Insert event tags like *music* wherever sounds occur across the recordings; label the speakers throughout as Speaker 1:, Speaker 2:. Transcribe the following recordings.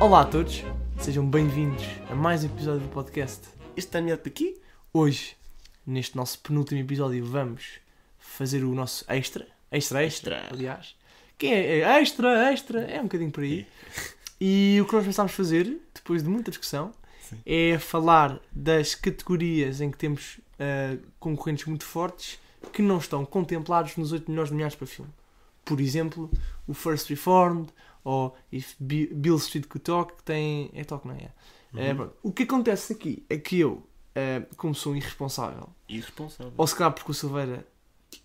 Speaker 1: Olá a todos, sejam bem-vindos a mais um episódio do podcast. Este ano de aqui. Hoje, neste nosso penúltimo episódio, vamos fazer o nosso extra. Extra, extra,
Speaker 2: Extra.
Speaker 1: aliás. Quem é? é Extra, extra, é um bocadinho por aí. E o que nós pensámos fazer, depois de muita discussão,
Speaker 2: Sim.
Speaker 1: é falar das categorias em que temos ah, concorrentes muito fortes que não estão contemplados nos 8 melhores nomeados para filme. Por exemplo, o First Reformed ou If Bi- Bill Street Could Talk, que tem. É Talk, não é? É,
Speaker 2: Uhum.
Speaker 1: pronto. o que acontece aqui é que eu, ah, como sou um irresponsável,
Speaker 2: Irresponsável.
Speaker 1: ou se calhar porque o Silveira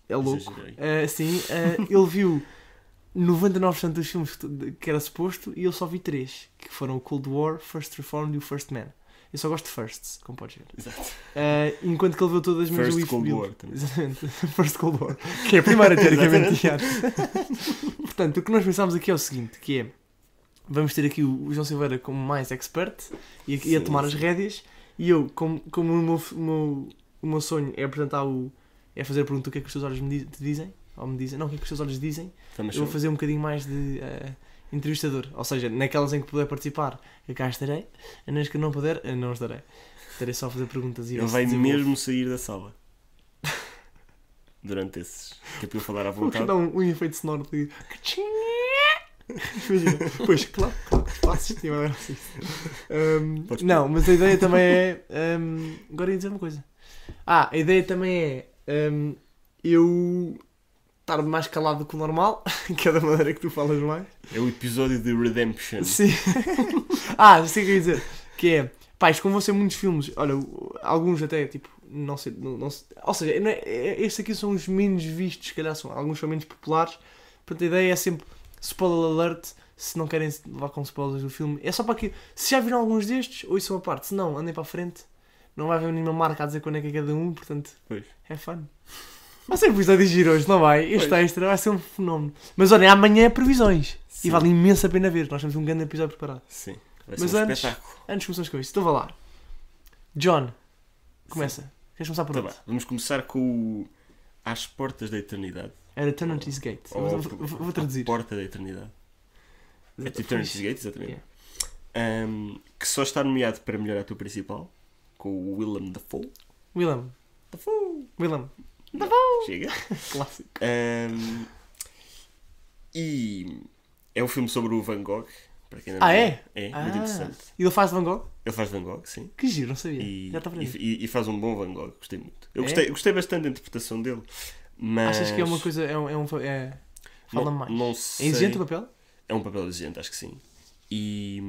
Speaker 1: é louco,
Speaker 2: Exagerei.
Speaker 1: ah, sim, ah, ele viu 99% dos filmes que- que era suposto e eu só vi 3, que foram o Cold War, First Reformed e o First Man. Eu só gosto de firsts, como podes ver.
Speaker 2: Exato.
Speaker 1: Ah, enquanto que ele viu todas as minhas
Speaker 2: First
Speaker 1: Leaf
Speaker 2: Cold
Speaker 1: Build.
Speaker 2: War também.
Speaker 1: Exatamente.
Speaker 2: *laughs*
Speaker 1: First Cold War. Que é a primeira teoricamente errada. Portanto, o que nós pensámos aqui é o seguinte, que é vamos ter aqui o o João Silveira como mais expert e, a- e a
Speaker 2: Sim,
Speaker 1: tomar as
Speaker 2: sim.
Speaker 1: rédeas e eu, como, como o, meu, f- o meu- o meu sonho é apresentar o. é fazer a pergunta o que é que os teus olhos me di- te dizem, ou me dizem, não, o que é que os teus olhos dizem,
Speaker 2: Também
Speaker 1: eu
Speaker 2: sou.
Speaker 1: vou fazer um bocadinho mais de eh, entrevistador. Ou seja, naquelas em que puder participar, eu cá estarei. E Nas que não puder, eu não estarei. Estarei só a fazer perguntas e ver
Speaker 2: Ele
Speaker 1: se
Speaker 2: vai
Speaker 1: desenvolve.
Speaker 2: mesmo sair da sala. Durante esses. Que é para eu falar à
Speaker 1: Vou
Speaker 2: vontade.
Speaker 1: dar um, um efeito sonoro de. Cachim! *laughs* Imagina. Pois, claro, claro que faço isto e agora faço isso. é? Ahm,
Speaker 2: Podes
Speaker 1: não, mas a ideia também é. ahm, agora ia dizer uma coisa. Ah, a ideia também é. ahm, eu. estar mais calado do que o normal, *laughs* que é da maneira que tu falas mais.
Speaker 2: É o episódio de Redemption.
Speaker 1: Sim. *laughs* ah, já sei o que eu ia dizer. Que é, pá, isto como vão ser muitos filmes, olha, o- alguns até, tipo, não sei, não, não sei- ou seja, não é- é- estes aqui são os menos vistos, se calhar são, alguns são menos populares, portanto a ideia é sempre spoiler alert, se não querem levar com spoilers do filme, é só para que, se já viram alguns destes, ouçam a parte, se não, andem para a frente, não vai haver nenhuma marca a dizer quando é que é cada um, portanto,
Speaker 2: Pois.
Speaker 1: é fun. Vai ser um episódio giro hoje, não vai? Este
Speaker 2: Pois.
Speaker 1: extra vai ser um fenómeno. Mas olha, amanhã é previsões.
Speaker 2: Sim.
Speaker 1: E vale imensa pena ver, nós temos um grande episódio preparado.
Speaker 2: Sim. Vai
Speaker 1: Mas
Speaker 2: ser um
Speaker 1: antes-
Speaker 2: espetáculo.
Speaker 1: Antes começamos com isto, então vá lá. John, começa. Queres começar por
Speaker 2: Tá
Speaker 1: onde?
Speaker 2: bem. Vamos começar com o. Às portas da eternidade.
Speaker 1: Era Eternity's Gate. Eu
Speaker 2: Ou-
Speaker 1: vou, vou- vou- vou traduzir.
Speaker 2: À porta da eternidade. É tipo Eternity's Gate, exatamente.
Speaker 1: Yeah.
Speaker 2: Um, que só está nomeado para melhor ator principal. Com o Willem Dafoe.
Speaker 1: Willem.
Speaker 2: Dafoe!
Speaker 1: Willem. Oh!
Speaker 2: Chega.
Speaker 1: Clássico.
Speaker 2: Um, e é um filme sobre o Van Gogh. Para quem não
Speaker 1: Ah,
Speaker 2: viu.
Speaker 1: é?
Speaker 2: É,
Speaker 1: Ah.
Speaker 2: muito interessante.
Speaker 1: E ele faz Van Gogh?
Speaker 2: Ele faz Van Gogh, sim.
Speaker 1: Que giro, não sabia.
Speaker 2: E,
Speaker 1: Já está para
Speaker 2: e-
Speaker 1: mim.
Speaker 2: e- e faz um bom Van Gogh, gostei muito. Eu
Speaker 1: É?
Speaker 2: gostei, gostei bastante da interpretação dele. Mas
Speaker 1: Achas que é uma coisa. É um. É um é... Fala
Speaker 2: não,
Speaker 1: mais.
Speaker 2: Não
Speaker 1: É
Speaker 2: sei.
Speaker 1: exigente o papel?
Speaker 2: É um papel exigente, acho que sim. E.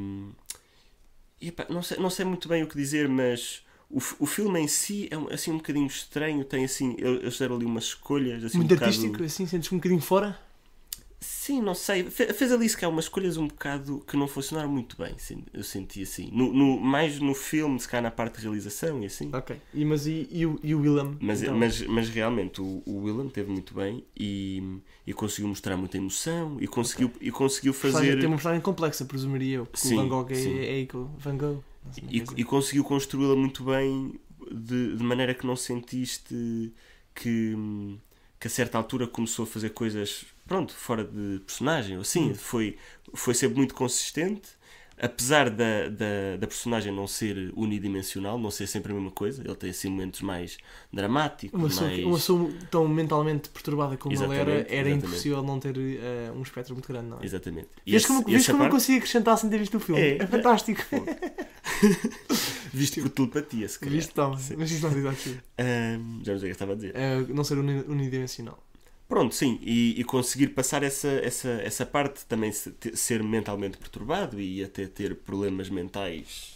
Speaker 2: e, epá, não, sei, não sei muito bem o que dizer, mas o, f- o filme em si é um- assim um bocadinho estranho. Tem assim. eu- Eles deram ali umas escolhas. Assim,
Speaker 1: Muito
Speaker 2: um bocado-
Speaker 1: artístico, assim, sentes-te um bocadinho fora?
Speaker 2: Sim, não sei. Fe- Fez ali se calhar umas escolhas um bocado que não funcionaram muito bem. sim, Eu senti assim. No, no- mais no filme, se calhar na parte de realização e assim.
Speaker 1: Ok. E, mas e, e, o- e o Willem?
Speaker 2: Mas,
Speaker 1: Então,
Speaker 2: mas, mas realmente o, o Willem teve muito bem e, e conseguiu mostrar muita emoção e conseguiu, e conseguiu
Speaker 1: personagem- Tem
Speaker 2: fazer.
Speaker 1: uma personagem complexa, presumiria eu. Porque
Speaker 2: Sim,
Speaker 1: o Van Gogh é,
Speaker 2: sim.
Speaker 1: é igual. Van Gogh. Não sei como é que
Speaker 2: E,
Speaker 1: é dizer.
Speaker 2: e conseguiu construí-la muito bem de, de maneira que não sentiste que, que a certa altura começou a fazer coisas pronto, fora de personagem. ou Assim,
Speaker 1: Hum.
Speaker 2: foi, foi sempre muito consistente, apesar da, da, da personagem não ser unidimensional, não ser sempre a mesma coisa. Ele tem assim momentos mais dramáticos,
Speaker 1: Uma pessoa,
Speaker 2: mais.
Speaker 1: uma pessoa tão mentalmente perturbada como ele era, era
Speaker 2: Exatamente, exatamente.
Speaker 1: impossível não ter eh, um espectro muito grande, não é?
Speaker 2: Exatamente. E
Speaker 1: Vês
Speaker 2: esse-
Speaker 1: como,
Speaker 2: e
Speaker 1: vês
Speaker 2: essa
Speaker 1: como eu
Speaker 2: parte-
Speaker 1: consigo acrescentar sem ter visto o filme? É,
Speaker 2: É.
Speaker 1: fantástico. *laughs*
Speaker 2: Visto por telepatia, se calhar.
Speaker 1: Viste, toma.
Speaker 2: sim.
Speaker 1: Mas isso não diz aquilo.
Speaker 2: Ahm, já não sei o que eu estava a dizer.
Speaker 1: Eh, não ser uni- unidimensional.
Speaker 2: Pronto, sim, e, e conseguir passar essa, essa, essa parte também se- te- ser mentalmente perturbado e até ter problemas mentais.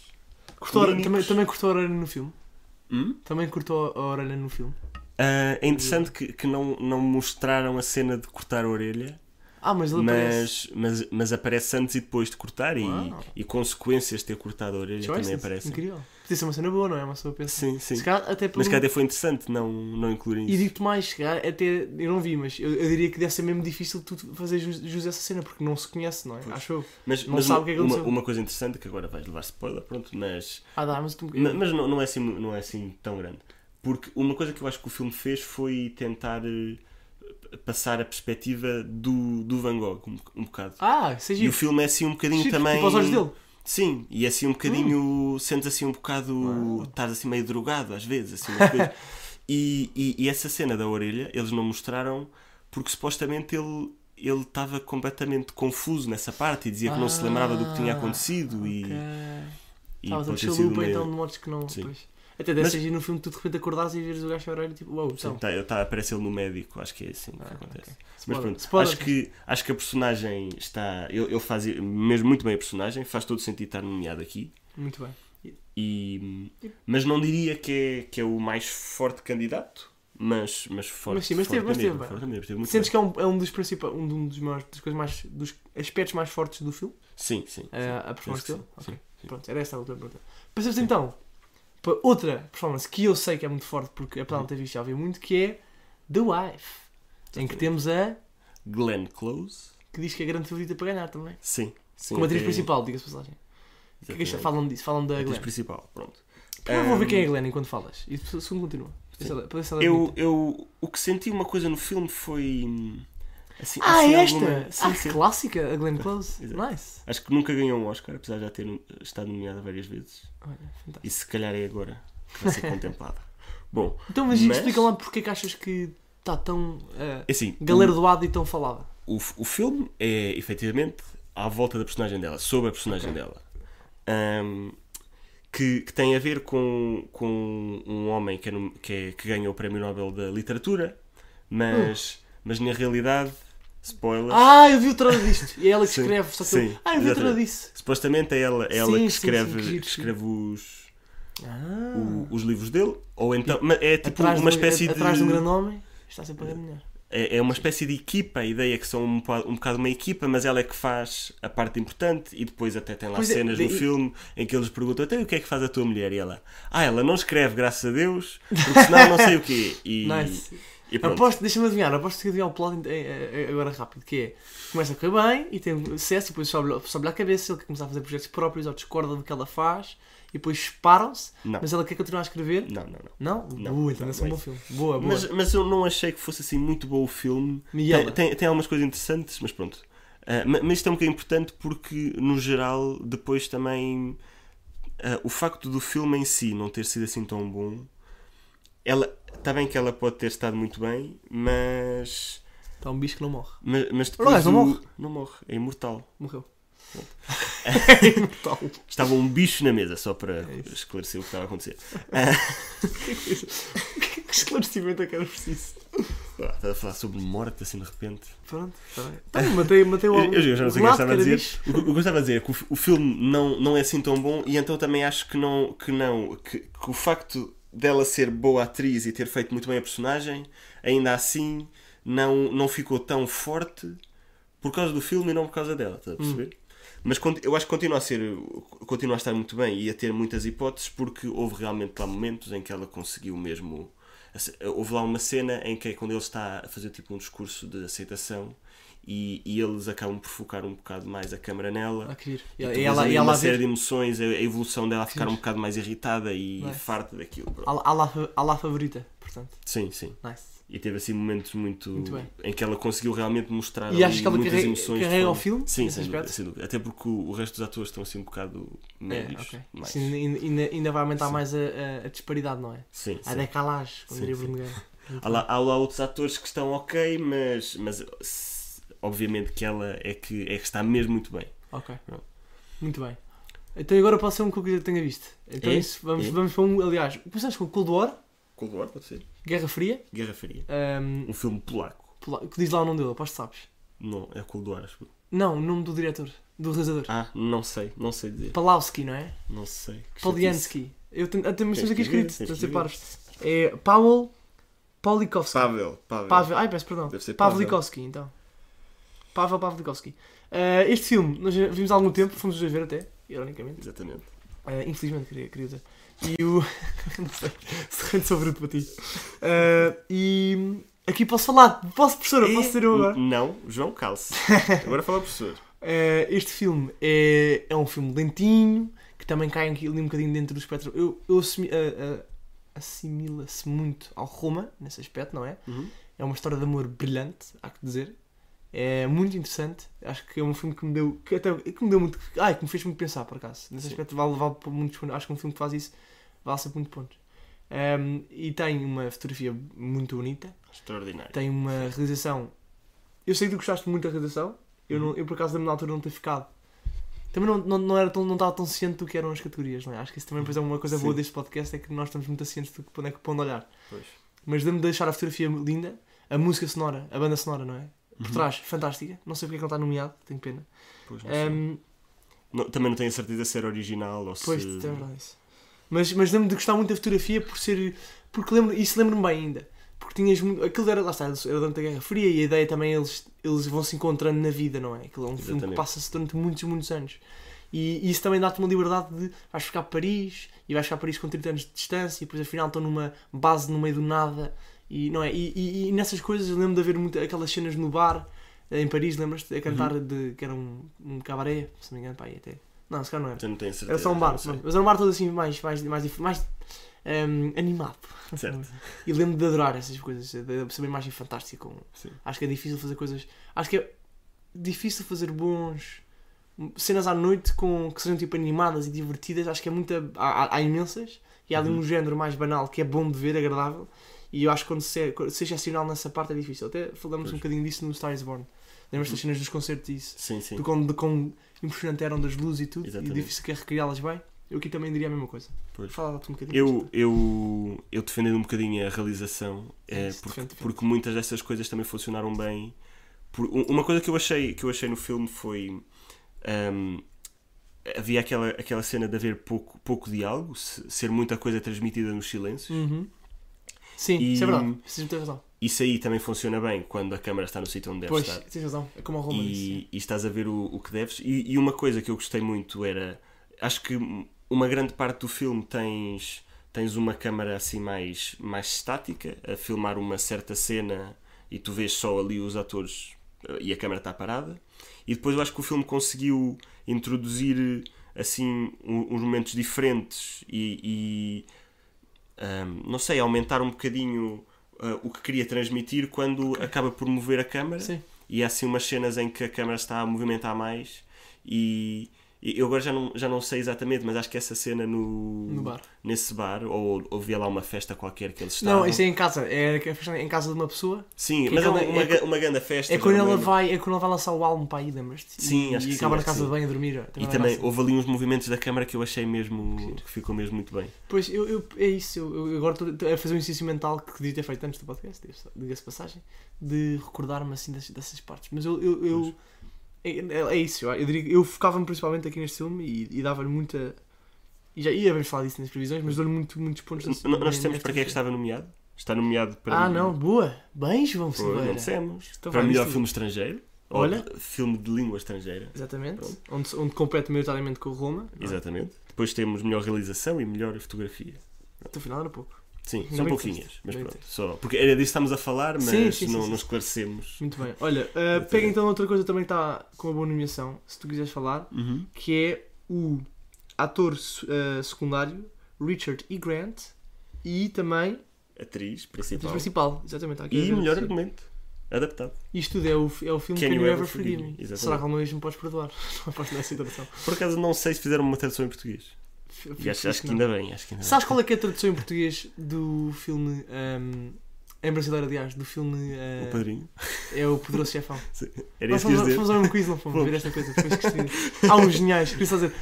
Speaker 1: Cortou a-
Speaker 2: Clínicos.
Speaker 1: também, também cortou a orelha no filme.
Speaker 2: Hum?
Speaker 1: Também cortou a orelha no filme.
Speaker 2: Ah, é interessante que, que não, não mostraram a cena de cortar a orelha,
Speaker 1: Ah, mas ele aparece.
Speaker 2: mas, mas, mas aparece antes e depois de cortar, e,
Speaker 1: Uau.
Speaker 2: e consequências de ter cortado a orelha
Speaker 1: Choices,
Speaker 2: também aparecem.
Speaker 1: Incrível. Podia ser uma cena boa, não é? Uma pessoa pensa.
Speaker 2: Sim, sim.
Speaker 1: Se calhar até pelo...
Speaker 2: Mas cá até foi interessante não, não incluírem
Speaker 1: E
Speaker 2: isso.
Speaker 1: digo-te mais, se calhar, até eu não vi, mas eu, eu diria que deve ser mesmo difícil tu fazer jus, jus a essa cena, porque não se conhece, não é?
Speaker 2: Pois.
Speaker 1: Acho eu.
Speaker 2: Mas,
Speaker 1: não
Speaker 2: mas
Speaker 1: sabe
Speaker 2: uma,
Speaker 1: o que é que
Speaker 2: uma,
Speaker 1: aconteceu.
Speaker 2: uma coisa interessante, que agora vais levar spoiler, pronto, mas
Speaker 1: Ah, dá, mas tu...
Speaker 2: Ma- Mas não, não, é assim, não é assim tão grande. Porque uma coisa que eu acho que o filme fez foi tentar eh, p- passar a perspectiva do, do Van Gogh um, um bocado.
Speaker 1: Ah, seja
Speaker 2: E o filme é assim um bocadinho também.
Speaker 1: Tipo aos olhos dele.
Speaker 2: Sim, e assim um bocadinho. Sentes assim um bocado. Estás assim meio drogado às vezes. Assim,
Speaker 1: *laughs*
Speaker 2: umas coisas. e, e, e essa cena da orelha eles não mostraram porque supostamente ele ele estava completamente confuso nessa parte e dizia que não se lembrava do que tinha acontecido e, e
Speaker 1: Ah, Estavas a
Speaker 2: pode ter
Speaker 1: mexer
Speaker 2: sido
Speaker 1: lupa,
Speaker 2: meio-
Speaker 1: então não acho que não.
Speaker 2: Sim.
Speaker 1: Pois. Até deve ser giro no filme, tu de repente acordares e vires o gajo a orar e tipo, uau,
Speaker 2: Sim,
Speaker 1: então. Ah,
Speaker 2: tá- tá- aparece ele no médico, acho que é assim que acontece. Mas
Speaker 1: Spoiler.
Speaker 2: pronto,
Speaker 1: Spoiler.
Speaker 2: acho que, acho que a personagem está. Ele, ele faz mesmo muito bem a personagem, faz todo sentido estar nomeado aqui.
Speaker 1: Muito bem.
Speaker 2: E, mas não diria que é, que é o mais forte candidato, mas, mas forte.
Speaker 1: Mas sim, mas
Speaker 2: forte
Speaker 1: teve- mas
Speaker 2: é
Speaker 1: teve
Speaker 2: mesmo,
Speaker 1: bem.
Speaker 2: forte é mesmo, teve muito
Speaker 1: Sentes
Speaker 2: bem.
Speaker 1: que é um, é um dos principais, um, um dos maiores, das coisas mais, dos aspectos mais fortes do filme?
Speaker 2: Sim, sim. sim.
Speaker 1: a- a
Speaker 2: Penso
Speaker 1: performance
Speaker 2: que
Speaker 1: dele?
Speaker 2: sim,
Speaker 1: É, Ok.
Speaker 2: sim, sim.
Speaker 1: Pronto, era essa a última pergunta. Passamos então para outra performance que eu sei que é muito forte, porque
Speaker 2: Uhum.
Speaker 1: apesar de não ter visto já ouvi muito, que é The Wife. Em que temos a.
Speaker 2: Glenn Close.
Speaker 1: que diz que é a grande favorita para ganhar também.
Speaker 2: Sim. sim
Speaker 1: Como atriz
Speaker 2: até-
Speaker 1: principal, diga-se de passagem. O que é que isto-
Speaker 2: exatamente.
Speaker 1: falam disso? Falam da
Speaker 2: Atriz
Speaker 1: Glenn.
Speaker 2: principal, pronto.
Speaker 1: Eu vou ver
Speaker 2: Ahm,
Speaker 1: quem é a Glenn enquanto falas. E o segundo continua.
Speaker 2: Sim.
Speaker 1: Para ver se ela é
Speaker 2: Eu,
Speaker 1: bonita.
Speaker 2: eu, o que senti uma coisa no filme foi. hum, Assim,
Speaker 1: Ah,
Speaker 2: assim,
Speaker 1: esta!
Speaker 2: alguma- sim,
Speaker 1: ah,
Speaker 2: sim.
Speaker 1: clássica, a Glenn Close.
Speaker 2: *laughs* Exato.
Speaker 1: Nice.
Speaker 2: Acho que nunca ganhou um Oscar, apesar de já ter estado nomeada várias vezes.
Speaker 1: Olha, fantástico.
Speaker 2: E se calhar é agora
Speaker 1: *laughs*
Speaker 2: que vai ser contemplada. Bom,
Speaker 1: Então, mas, mas...
Speaker 2: Mas-
Speaker 1: explica lá porque é que achas que está tão uh,
Speaker 2: é assim.
Speaker 1: galardoado e tão falada.
Speaker 2: O, o, o filme é efetivamente à volta da personagem dela, sobre a personagem dela. Ahm, que, que tem a ver com, com um homem que, é num- que, é- que ganhou o Prémio Nobel da Literatura, mas,
Speaker 1: Hum.
Speaker 2: mas na realidade, spoiler,
Speaker 1: Ah, eu vi o trailer disto. E é ela que
Speaker 2: Sim,
Speaker 1: escreve. Só que eu-
Speaker 2: sim,
Speaker 1: Ah, eu vi o trailer
Speaker 2: exatamente.
Speaker 1: disso.
Speaker 2: supostamente é ela, é ela
Speaker 1: Sim,
Speaker 2: que
Speaker 1: sim,
Speaker 2: escreve,
Speaker 1: sim, que giro, que
Speaker 2: escreve os,
Speaker 1: Ah.
Speaker 2: o- os livros dele, ou então mas é tipo
Speaker 1: atrás
Speaker 2: uma
Speaker 1: de um-
Speaker 2: espécie de.
Speaker 1: Atrás de um grande homem, está sempre a ganhar.
Speaker 2: é, é uma espécie de equipa, a ideia é que são um, bocado- um bocado uma equipa, mas ela é que faz a parte importante e depois até tem lá
Speaker 1: Pois é,
Speaker 2: cenas
Speaker 1: daí-
Speaker 2: no filme em que eles perguntam até o que é que faz a tua mulher e ela, ah, ela não escreve, graças a Deus, porque senão não sei o quê. E,
Speaker 1: *laughs* Nice.
Speaker 2: e pronto.
Speaker 1: Aposto, deixa-me adivinhar, aposto que adivinhar o plot eh, eh, agora rápido, que é começa a correr bem e tem um sucesso e depois sobe, sobe a cabeça, ele quer começar a fazer projetos próprios ou discorda do que ela faz e depois separam-se,
Speaker 2: Não.
Speaker 1: mas ela quer continuar a escrever.
Speaker 2: Não, não, não.
Speaker 1: Não?
Speaker 2: Não,
Speaker 1: Boa, então
Speaker 2: não,
Speaker 1: esse é um
Speaker 2: não
Speaker 1: bom
Speaker 2: é
Speaker 1: filme. Boa, boa.
Speaker 2: Mas, mas eu não achei que fosse assim muito bom o filme.
Speaker 1: E ela?
Speaker 2: Tem, tem, tem algumas coisas interessantes, mas pronto. Ah, ma- mas isto é um bocadinho importante porque, no geral, depois também ah, o facto do filme em si não ter sido assim tão bom, ela está bem que ela pode ter estado muito bem, mas.
Speaker 1: Está um bicho que não morre.
Speaker 2: Mas, mas
Speaker 1: Olha,
Speaker 2: depois.
Speaker 1: não
Speaker 2: o-
Speaker 1: morre.
Speaker 2: Não morre, é imortal.
Speaker 1: Morreu. Então.
Speaker 2: Pronto.
Speaker 1: *laughs* Imortal.
Speaker 2: Estava um bicho na mesa, só para
Speaker 1: É isso.
Speaker 2: esclarecer o que estava a acontecer.
Speaker 1: que esclarecimento é que era preciso?
Speaker 2: Ah, estás a falar sobre morte assim de repente.
Speaker 1: Pronto, está bem. Então, matei, matei o
Speaker 2: Eu, eu já não sei o que
Speaker 1: relato
Speaker 2: eu estava a
Speaker 1: era
Speaker 2: dizer.
Speaker 1: bicho.
Speaker 2: O, que- o que eu estava a dizer é que o, fi- o filme não, não é assim tão bom e então também acho que não, que não, que, que o facto dela ser boa atriz e ter feito muito bem a personagem, ainda assim não, não ficou tão forte por causa do filme e não por causa dela, estás a perceber? Mas con- eu acho que continua a ser, continua a estar muito bem e a ter muitas hipóteses porque houve realmente lá momentos em que ela conseguiu mesmo. Assim, Houve lá uma cena em que é quando ele está a fazer tipo um discurso de aceitação e, e eles acabam por focar um bocado mais a câmera nela.
Speaker 1: Ah, que giro. E
Speaker 2: E tu
Speaker 1: ela-
Speaker 2: vês
Speaker 1: E ela,
Speaker 2: ali
Speaker 1: e ela
Speaker 2: uma
Speaker 1: a ver-
Speaker 2: série de emoções, a a evolução dela a ficar um
Speaker 1: Sim.
Speaker 2: bocado mais irritada e
Speaker 1: Nice. Ah.
Speaker 2: farta daquilo. pronto.
Speaker 1: à lá- à lá fa- à lá favorita, portanto.
Speaker 2: Sim, sim.
Speaker 1: Nice.
Speaker 2: E teve assim momentos muito,
Speaker 1: Muito bem.
Speaker 2: em que ela conseguiu realmente mostrar
Speaker 1: E
Speaker 2: ali
Speaker 1: achas que ela
Speaker 2: muitas
Speaker 1: carrega-
Speaker 2: emoções. de
Speaker 1: carrega o
Speaker 2: forma-
Speaker 1: filme,
Speaker 2: Sim,
Speaker 1: nesse
Speaker 2: sem dúvida,
Speaker 1: aspecto?
Speaker 2: sem dúvida. Até porque o, o resto dos atores estão assim um bocado médios.
Speaker 1: É, ok.
Speaker 2: mais.
Speaker 1: Isso ainda, ainda, ainda vai aumentar
Speaker 2: Sim.
Speaker 1: mais a, a- a disparidade, não é?
Speaker 2: Sim,
Speaker 1: A
Speaker 2: sim.
Speaker 1: decalagem, como
Speaker 2: Sim,
Speaker 1: diria
Speaker 2: sim.
Speaker 1: Bruno Guerra.
Speaker 2: Há lá, há lá outros atores que estão ok, mas, mas se- obviamente que ela é que, é que está mesmo muito bem.
Speaker 1: Ok.
Speaker 2: Não.
Speaker 1: Muito bem. Então agora pode ser um que eu já tenha visto. Então
Speaker 2: É?
Speaker 1: isso, vamos,
Speaker 2: É?
Speaker 1: vamos para um. Aliás, começamos com Cold War,
Speaker 2: Cold War, pode ser.
Speaker 1: Guerra Fria,
Speaker 2: Guerra Fria.
Speaker 1: ahm,
Speaker 2: Um filme polaco.
Speaker 1: pela- que diz lá o nome dele, aposto que sabes.
Speaker 2: Não, é Cold War, acho. eu.
Speaker 1: Não, o nome do diretor, do realizador.
Speaker 2: Ah, não sei, não sei dizer.
Speaker 1: Palowski, não é?
Speaker 2: Não sei. Que chatice.
Speaker 1: Poliansky. Eu tenho, até, mas
Speaker 2: Tens
Speaker 1: temos aqui
Speaker 2: que ver,
Speaker 1: escrito,
Speaker 2: tens
Speaker 1: estás a
Speaker 2: que
Speaker 1: ser
Speaker 2: ver.
Speaker 1: parvos. É Powell Polikovsky.
Speaker 2: Pavel, Pavel.
Speaker 1: Pavel, ai, peço perdão.
Speaker 2: Deve ser Pavel.
Speaker 1: Pavlikovski, então. Pavel Pavlikovski. Ah, este filme, nós já vimos há algum tempo, fomos os dois ver até, ironicamente.
Speaker 2: Exatamente.
Speaker 1: Ah, infelizmente, queria, queria dizer. E o. *laughs* não sei, sorrindo sobre o para ti. Ah, e. Aqui posso falar, posso, professora, posso dizer eu agora.
Speaker 2: N- Não, João Calce. Agora fala o professor.
Speaker 1: Eh, este filme é, é um filme lentinho, que também cai aqui ali um bocadinho dentro do espectro. Eu, eu assimi- eh, eh, assimila-se muito ao Roma, nesse aspecto, não é?
Speaker 2: Uhum.
Speaker 1: É uma história de amor brilhante, há que dizer. É muito interessante. Acho que é um filme que me deu. Que até, que me deu muito. Ai, que me fez muito pensar, por acaso. Nesse
Speaker 2: Sim.
Speaker 1: aspecto, vale, vale por muitos pontos. Acho que um filme que faz isso vale sempre muito pontos. Ehm, e tem uma fotografia muito bonita.
Speaker 2: Extraordinário.
Speaker 1: Tem uma realização. Eu sei que tu gostaste muito da realização. Eu, não, eu por acaso, lembro na altura de não ter ficado. Também não, não, não, era tão, não estava tão ciente do que eram as categorias, não é? Acho que isso também depois é uma coisa boa
Speaker 2: Sim.
Speaker 1: deste podcast, é que nós estamos muito cientes do que para onde é que para onde olhar.
Speaker 2: Pois.
Speaker 1: Mas lembro de deixar a fotografia linda, a música sonora, a banda sonora, não é? Por trás, fantástica. Não sei porque é que não está nomeado, tenho pena.
Speaker 2: Pois, não sei.
Speaker 1: Ahm,
Speaker 2: Não- também não tenho a certeza se era original ou
Speaker 1: pois,
Speaker 2: se.
Speaker 1: é verdade isso. Mas, mas lembro de gostar muito da fotografia por ser. Porque lembro, isso lembro-me bem ainda. Porque tinhas muito. Aquilo era, lá está, era durante a Guerra Fria e a ideia também é eles, eles vão se encontrando na vida, não é? Aquilo é um filme que
Speaker 2: Exatamente.
Speaker 1: passa-se durante muitos, muitos anos. E isso também dá-te uma liberdade de vais ficar a Paris e vais ficar a Paris com 30 anos de distância e depois afinal estão numa base no meio do nada e não é? E, e- e nessas coisas eu lembro de haver muito, aquelas cenas no bar eh, em Paris, lembras-te? A cantar
Speaker 2: Uhum.
Speaker 1: de que era um, um cabaré, se não me engano, pá, aí até. Não, se calhar não era.
Speaker 2: Então não tenho certeza.
Speaker 1: Era só um bar,
Speaker 2: não sei.
Speaker 1: pronto. mas era um bar todo assim mais, mais, mais, dif- mais ehm, animado.
Speaker 2: Certo.
Speaker 1: E lembro de adorar essas coisas, de ser uma imagem fantástica. com-
Speaker 2: Sim.
Speaker 1: Acho que é difícil fazer coisas. Acho que é difícil fazer bons cenas à noite com, que sejam tipo animadas e divertidas. Acho que é muita. Há, há- há imensas e há ali
Speaker 2: Uhum.
Speaker 1: um género mais banal que é bom de ver, agradável. E eu acho que quando se é, quando se é excepcional nessa parte é difícil. Até falamos
Speaker 2: Pois. Uhum.
Speaker 1: um bocadinho disso no Star is Born. Lembras-te das cenas dos concertos e isso?
Speaker 2: Sim, sim.
Speaker 1: do quão, de quão impressionante eram das luzes e tudo,
Speaker 2: Exatamente.
Speaker 1: e difícil que é recriá-las bem, eu aqui também diria a mesma coisa.
Speaker 2: Pois.
Speaker 1: Fala-te um bocadinho.
Speaker 2: Eu, eu, eu defendendo um bocadinho a realização, é,
Speaker 1: Isso,
Speaker 2: porque,
Speaker 1: defende, defende.
Speaker 2: porque muitas dessas coisas também funcionaram bem. Por- um- uma coisa que eu achei, que eu achei no filme foi. hum, havia aquela, aquela cena de haver pouco, pouco diálogo, se- ser muita coisa transmitida nos silêncios.
Speaker 1: Uhum. Sim,
Speaker 2: E-
Speaker 1: isso é verdade. Precisas ter razão.
Speaker 2: Isso aí também funciona bem quando a câmara está no sítio onde deve
Speaker 1: pois,
Speaker 2: estar.
Speaker 1: tens razão. É como a Roma disse.
Speaker 2: e, e estás a ver o, o que deves. E, e uma coisa que eu gostei muito era. Acho que uma grande parte do filme tens, tens uma câmara assim mais, mais estática a filmar uma certa cena e tu vês só ali os atores eh, e a câmara está parada. E depois eu acho que o filme conseguiu introduzir assim um- uns momentos diferentes e, e, ahm, não sei, aumentar um bocadinho ah, o que queria transmitir quando acaba por mover a câmara
Speaker 1: Sim.
Speaker 2: e há assim umas cenas em que a câmera está a movimentar mais e, e eu agora já não, já não sei exatamente, mas acho que essa cena no,
Speaker 1: No bar.
Speaker 2: nesse bar, ou ou havia lá uma festa qualquer que eles estavam.
Speaker 1: Não, isso é em casa. É que é em casa de uma pessoa.
Speaker 2: Sim,
Speaker 1: que
Speaker 2: mas é uma,
Speaker 1: aquela-
Speaker 2: uma,
Speaker 1: é
Speaker 2: ga- uma grande festa.
Speaker 1: É
Speaker 2: já
Speaker 1: quando
Speaker 2: não
Speaker 1: ela
Speaker 2: lembro.
Speaker 1: vai, é quando ela vai lançar o álbum para aí, lembras-te?
Speaker 2: Sim,
Speaker 1: E-
Speaker 2: acho que
Speaker 1: E
Speaker 2: sim,
Speaker 1: acaba na
Speaker 2: acho que
Speaker 1: casa
Speaker 2: sim.
Speaker 1: de banho a dormir. ó. Também assim.
Speaker 2: E
Speaker 1: dá
Speaker 2: também
Speaker 1: graça.
Speaker 2: houve ali uns movimentos da câmara que eu achei mesmo.
Speaker 1: Giro.
Speaker 2: que ficou mesmo muito bem.
Speaker 1: Pois, eu, eu- é isso. Eu, eu agora estou- estou a fazer um exercício mental que devia ter feito antes do podcast, diga-se- diga-se passagem, de recordar-me assim dessas, dessas partes. Mas eu. eu, eu- é, é- é isso. Eu, eu, diria- eu focava-me principalmente aqui neste filme e, e dava-lhe muita. E já ia bem falar disso nas previsões, mas dou-lhe muito, muitos pontos. assim,
Speaker 2: N- n- Nós dissemos para que é que estava nomeado? Está nomeado para.
Speaker 1: Ah, não, boa. Bem, João
Speaker 2: Pois, não
Speaker 1: Silveira.
Speaker 2: dissemos.
Speaker 1: Então
Speaker 2: para
Speaker 1: vai,
Speaker 2: melhor
Speaker 1: diz tu.
Speaker 2: filme estrangeiro.
Speaker 1: Olha.
Speaker 2: Ou filme de língua estrangeira.
Speaker 1: Exatamente.
Speaker 2: Pronto.
Speaker 1: Onde, onde compete maioritariamente com o Roma. não é?
Speaker 2: Exatamente. Depois temos melhor realização e melhor fotografia.
Speaker 1: Até o final era pouco.
Speaker 2: Sim,
Speaker 1: Ainda
Speaker 2: são
Speaker 1: bem que
Speaker 2: pouquinhas,
Speaker 1: foste.
Speaker 2: mas
Speaker 1: Bem
Speaker 2: pronto.
Speaker 1: que
Speaker 2: Só, porque era disso que estamos a falar, mas
Speaker 1: Sim, sim,
Speaker 2: não,
Speaker 1: sim,
Speaker 2: não
Speaker 1: sim.
Speaker 2: esclarecemos.
Speaker 1: Muito bem. Olha, ah, pega então outra coisa também que está com uma boa nomeação, se tu quiseres falar. que é o ator se- eh, secundário Richard E. Grant e também
Speaker 2: Atriz
Speaker 1: ator
Speaker 2: principal.
Speaker 1: principal, exatamente. há aqui
Speaker 2: E
Speaker 1: a ver,
Speaker 2: melhor
Speaker 1: sim.
Speaker 2: argumento. Adaptado.
Speaker 1: Isto tudo é o, f- é o filme Can, You Ever Forgive Me?
Speaker 2: Exatamente.
Speaker 1: Será que alguma vez me podes perdoar? *laughs* Não aposto nessa
Speaker 2: *laughs*
Speaker 1: tradução.
Speaker 2: Por acaso não sei se fizeram uma tradução em português.
Speaker 1: F-
Speaker 2: E acho,
Speaker 1: fico
Speaker 2: acho que
Speaker 1: não.
Speaker 2: ainda bem, acho que ainda
Speaker 1: Sabes qual é que é a tradução em português do filme. ehm, em brasileiro, aliás, do filme. eh,
Speaker 2: bem. O padrinho.
Speaker 1: é o Poderoso Chefão.
Speaker 2: Era
Speaker 1: Nós
Speaker 2: isso que ias
Speaker 1: fomos,
Speaker 2: dizer.
Speaker 1: fomos ao meu quiz, não fomos,
Speaker 2: Fomos.
Speaker 1: ver esta coisa. Depois que Há uns geniais. Queria só dizer,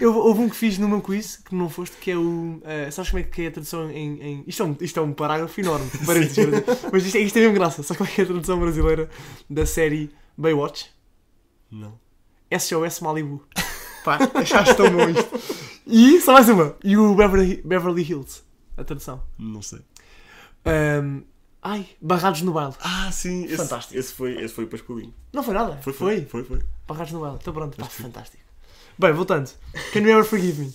Speaker 1: eu, houve um que fiz no meu quiz, que não foste, que é o. ah, sabes como é que é a tradução em. em- Isto, é um, isto é um parágrafo
Speaker 2: *laughs*
Speaker 1: enorme, parênteses, parênteses. mas isto, é- isto é mesmo graça. Sabes qual é que é a tradução brasileira da série Baywatch?
Speaker 2: Não.
Speaker 1: SOS Malibu. Pá, achaste tão bom isto. E só mais uma. E o Beverly, Beverly Hills. A tradução.
Speaker 2: Não sei.
Speaker 1: Ahm, ai, Barrados no Baile.
Speaker 2: Ah, sim. Esse,
Speaker 1: Fantástico.
Speaker 2: Esse foi, esse foi para escolinho.
Speaker 1: Não foi nada.
Speaker 2: Foi, foi. Foi, foi.
Speaker 1: Barrados no Baile. Então pronto, pá, fantástico. Bem, voltando. Can you ever forgive me?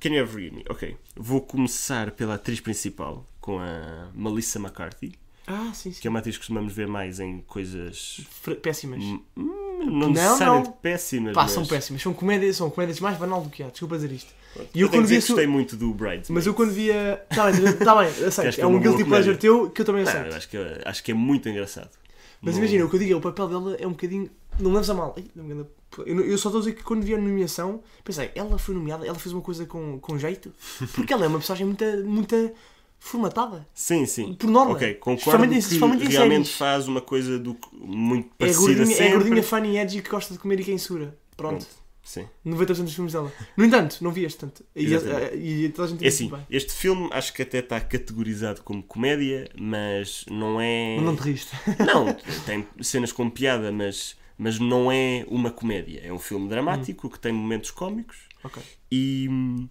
Speaker 2: Can you ever Forgive me? Ok. Vou começar pela atriz principal, com a Melissa McCarthy,
Speaker 1: Ah, sim,
Speaker 2: que
Speaker 1: sim.
Speaker 2: é uma atriz que costumamos ver mais em coisas
Speaker 1: Fre- Péssimas.
Speaker 2: Hum, não
Speaker 1: Não, um
Speaker 2: necessariamente
Speaker 1: não.
Speaker 2: péssimas,
Speaker 1: Pá,
Speaker 2: mas...
Speaker 1: são péssimas. São comédias, são comédias mais banal do que há. Desculpa dizer isto. E eu
Speaker 2: eu
Speaker 1: quando
Speaker 2: quando
Speaker 1: vi
Speaker 2: dizer,
Speaker 1: isso-
Speaker 2: que gostei muito do Bridesmaids.
Speaker 1: Mas eu quando via. Tá bem, tá bem,
Speaker 2: Acho
Speaker 1: aceito.
Speaker 2: *laughs* que
Speaker 1: É
Speaker 2: é uma
Speaker 1: um
Speaker 2: boa
Speaker 1: guilty pleasure
Speaker 2: comédia.
Speaker 1: teu que eu também
Speaker 2: Não, é
Speaker 1: aceito.
Speaker 2: eu acho, que, acho que é muito engraçado.
Speaker 1: Mas
Speaker 2: Não-
Speaker 1: imagina, o que eu digo é o papel dela é um bocadinho. Não leves a mal. Ai, não me engano. Eu, não- eu só estou a dizer que quando vi a nomeação, pensei, ela foi nomeada, ela fez uma coisa com, com jeito, porque ela é uma personagem muito, muito formatada.
Speaker 2: Sim, sim.
Speaker 1: Por norma.
Speaker 2: Ok, concordo
Speaker 1: Especialmente
Speaker 2: que
Speaker 1: em- especialmente em
Speaker 2: realmente
Speaker 1: séries.
Speaker 2: faz uma coisa do que- muito
Speaker 1: É a
Speaker 2: parecida
Speaker 1: gordinha, é
Speaker 2: sempre.
Speaker 1: a gordinha funny edgy que gosta de comer e censura. Pronto.
Speaker 2: Pronto. Sim.
Speaker 1: 90% dos filmes dela. No entanto, não vi este tanto. E, eh,
Speaker 2: Exatamente.
Speaker 1: e, e toda a gente
Speaker 2: É assim,
Speaker 1: muito bem.
Speaker 2: este filme acho que até está categorizado como comédia, mas não é.
Speaker 1: Mas não te riste.
Speaker 2: Não, tem cenas com piada, mas, mas não é uma comédia. É um filme dramático que tem momentos cómicos
Speaker 1: ok.
Speaker 2: e,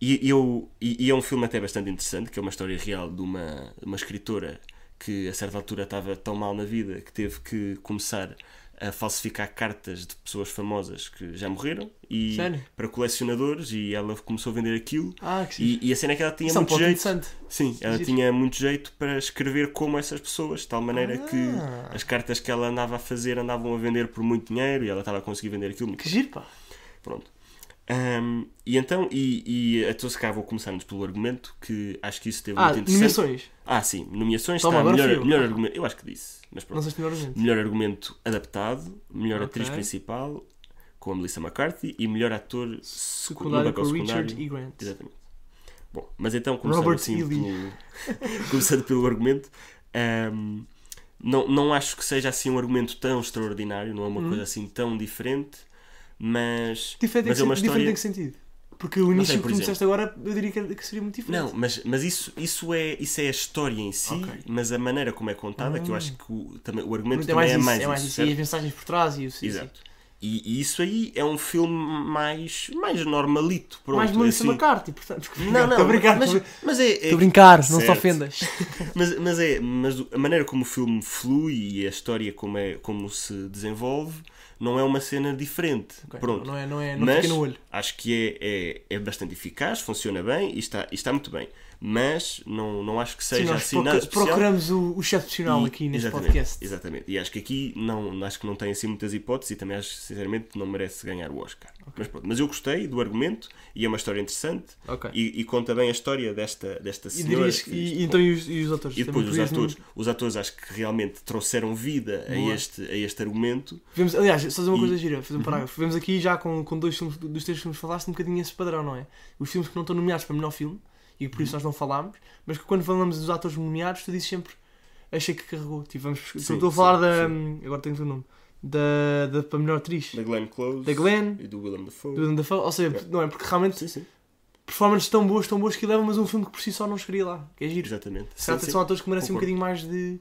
Speaker 2: e, eu, e, e é um filme até bastante interessante, que é uma história real de uma, uma escritora que a certa altura estava tão mal na vida que teve que começar a falsificar cartas de pessoas famosas que já morreram e
Speaker 1: Sério?
Speaker 2: para colecionadores e ela começou a vender aquilo
Speaker 1: Ah, que sim.
Speaker 2: e, e a cena é que ela tinha
Speaker 1: Isso é um
Speaker 2: muito
Speaker 1: ponto
Speaker 2: jeito
Speaker 1: interessante.
Speaker 2: Sim, ela
Speaker 1: Giro.
Speaker 2: tinha muito jeito para escrever como essas pessoas, de tal maneira
Speaker 1: Ah.
Speaker 2: que as cartas que ela andava a fazer andavam a vender por muito dinheiro e ela estava a conseguir vender aquilo muito
Speaker 1: Que giro, pá.
Speaker 2: Pronto. Ahm, e então, e, e então se cá vou começarmos pelo argumento, que acho que isso teve
Speaker 1: Ah,
Speaker 2: muito interessante.
Speaker 1: nomeações.
Speaker 2: Ah, sim, nomeações
Speaker 1: Toma,
Speaker 2: está
Speaker 1: agora fui
Speaker 2: melhor,
Speaker 1: eu.
Speaker 2: melhor argumento. Eu acho que disse, mas pronto.
Speaker 1: Não sei se melhor argumento.
Speaker 2: Melhor argumento adaptado, melhor
Speaker 1: Ok.
Speaker 2: atriz principal com a Melissa McCarthy e melhor ator
Speaker 1: Secundário
Speaker 2: no
Speaker 1: com
Speaker 2: papel secundário.
Speaker 1: Richard E. Grant.
Speaker 2: Exatamente. Bom, mas então começando
Speaker 1: Robert
Speaker 2: assim
Speaker 1: E. Lee.
Speaker 2: pelo, *laughs* começando pelo argumento, ahm, não, não acho que seja assim um argumento tão extraordinário, não é
Speaker 1: Hum.
Speaker 2: uma coisa assim tão diferente, mas,
Speaker 1: Diferente, em
Speaker 2: mas
Speaker 1: que,
Speaker 2: é uma
Speaker 1: sen-
Speaker 2: história.
Speaker 1: diferente em que sentido? Porque o início
Speaker 2: sei, por
Speaker 1: que tu me
Speaker 2: exemplo.
Speaker 1: disseste agora eu diria que, que seria muito diferente.
Speaker 2: Não, mas, mas isso, isso, é, isso é a história em si,
Speaker 1: Ok. Hum.
Speaker 2: mas a maneira como é contada, que eu acho que o, também, o argumento
Speaker 1: é
Speaker 2: também
Speaker 1: mais,
Speaker 2: é
Speaker 1: isso,
Speaker 2: mais
Speaker 1: é mais
Speaker 2: isso,
Speaker 1: isso.
Speaker 2: certo?
Speaker 1: E as mensagens por trás e o sim,
Speaker 2: Exato. E, e isso aí é um filme mais, mais normalito.
Speaker 1: sim.
Speaker 2: Pronto,
Speaker 1: Mais Melissa
Speaker 2: assim.
Speaker 1: McCarthy, portanto.
Speaker 2: Não, não,
Speaker 1: Estou a brincar,
Speaker 2: mas,
Speaker 1: estou
Speaker 2: mas é, é-
Speaker 1: a brincar, não te
Speaker 2: Certo.
Speaker 1: ofendas.
Speaker 2: mas, mas é mas a maneira como o filme flui e a história como, é, como se desenvolve não é uma cena diferente.
Speaker 1: Ok,
Speaker 2: Pronto.
Speaker 1: Não é, não é, não
Speaker 2: mas
Speaker 1: fica no olho.
Speaker 2: acho que é, é, é bastante eficaz, funciona bem e está, e está muito bem. Mas não, não acho que
Speaker 1: Sim,
Speaker 2: seja
Speaker 1: nós
Speaker 2: assim
Speaker 1: procu-
Speaker 2: nada especial.
Speaker 1: procuramos o, o excepcional
Speaker 2: E-
Speaker 1: aqui neste
Speaker 2: exatamente,
Speaker 1: podcast.
Speaker 2: Exatamente. E acho que aqui não, acho que não tem assim muitas hipóteses e também acho que sinceramente não merece ganhar o Oscar. Mas pronto, mas eu gostei do argumento e é uma história interessante
Speaker 1: Ok.
Speaker 2: e, e conta bem a história desta, desta
Speaker 1: E,
Speaker 2: senhora.
Speaker 1: dirias,
Speaker 2: que
Speaker 1: que-
Speaker 2: fez
Speaker 1: e,
Speaker 2: isto. é
Speaker 1: então e os, e os atores? Também
Speaker 2: E depois os
Speaker 1: podias
Speaker 2: atores,
Speaker 1: não-
Speaker 2: os atores acho que realmente trouxeram vida a
Speaker 1: Boa.
Speaker 2: este, a este argumento.
Speaker 1: Vemos, aliás, só dizer uma
Speaker 2: E- Uhum.
Speaker 1: coisa gira, fazer um parágrafo. Vemos aqui já com, com dois filmes, dos três filmes que falaste um bocadinho esse padrão, não é? Os filmes que não estão nomeados para melhor filme e por isso
Speaker 2: Uhum.
Speaker 1: nós não falámos, mas que quando falamos dos atores nomeados, tu dizes sempre achei que carregou. Tipo, vamos, tu-
Speaker 2: Sim,
Speaker 1: estou a falar
Speaker 2: sim,
Speaker 1: da. hum, Agora tenho o nome. Da, da para melhor atriz.
Speaker 2: Da Glenn Close
Speaker 1: Da Glenn,
Speaker 2: e do Willem Dafoe.
Speaker 1: do Willem Dafoe, ou seja,
Speaker 2: Yeah.
Speaker 1: não é? Porque realmente
Speaker 2: Sim, sim.
Speaker 1: performances tão boas, tão boas que levam, mas um filme que por si só não chegaria lá. Que é giro.
Speaker 2: Exatamente.
Speaker 1: Será
Speaker 2: Sim,
Speaker 1: que
Speaker 2: sim.
Speaker 1: são atores que merecem
Speaker 2: Concordo.
Speaker 1: um bocadinho mais de.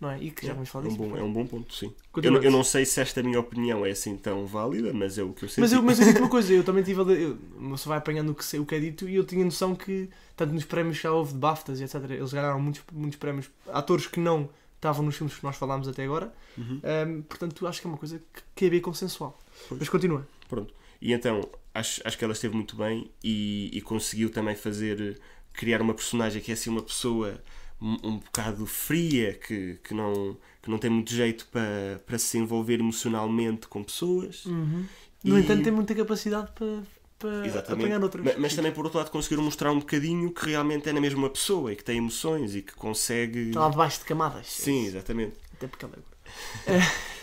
Speaker 1: Não é? E que já vamos falar
Speaker 2: é um
Speaker 1: disso.
Speaker 2: bom, é um bom ponto, sim. Eu,
Speaker 1: Continuando.
Speaker 2: não- eu não sei se esta minha opinião é assim tão válida, mas é o que eu sei.
Speaker 1: Mas eu, mas eu
Speaker 2: *laughs*
Speaker 1: digo uma coisa, eu também tive a. Eu, uma pessoa vai apanhando o que, sei- o que é dito e eu tinha noção que, tanto nos prémios que já houve de BAFTAs e etc., eles ganharam muitos, muitos prémios, atores que não estavam nos filmes que nós falámos até agora,
Speaker 2: Uhum.
Speaker 1: Ahm, portanto acho que é uma coisa que, que é bem consensual.
Speaker 2: Pois.
Speaker 1: Mas continua.
Speaker 2: Pronto. E então, acho, acho que ela esteve muito bem e, e conseguiu também fazer, criar uma personagem que é assim uma pessoa um, um bocado fria, que, que, não, que não tem muito jeito para, para se envolver emocionalmente com pessoas.
Speaker 1: No
Speaker 2: E-
Speaker 1: entanto, tem muita capacidade para, para
Speaker 2: Exatamente.
Speaker 1: apanhar outras.
Speaker 2: Ma- Mas, também, por outro lado, conseguiram mostrar um bocadinho que realmente é na mesma pessoa e que tem emoções e que consegue.
Speaker 1: Está lá debaixo de camadas.
Speaker 2: Sim, exatamente.
Speaker 1: Até porque
Speaker 2: *laughs*
Speaker 1: ela é-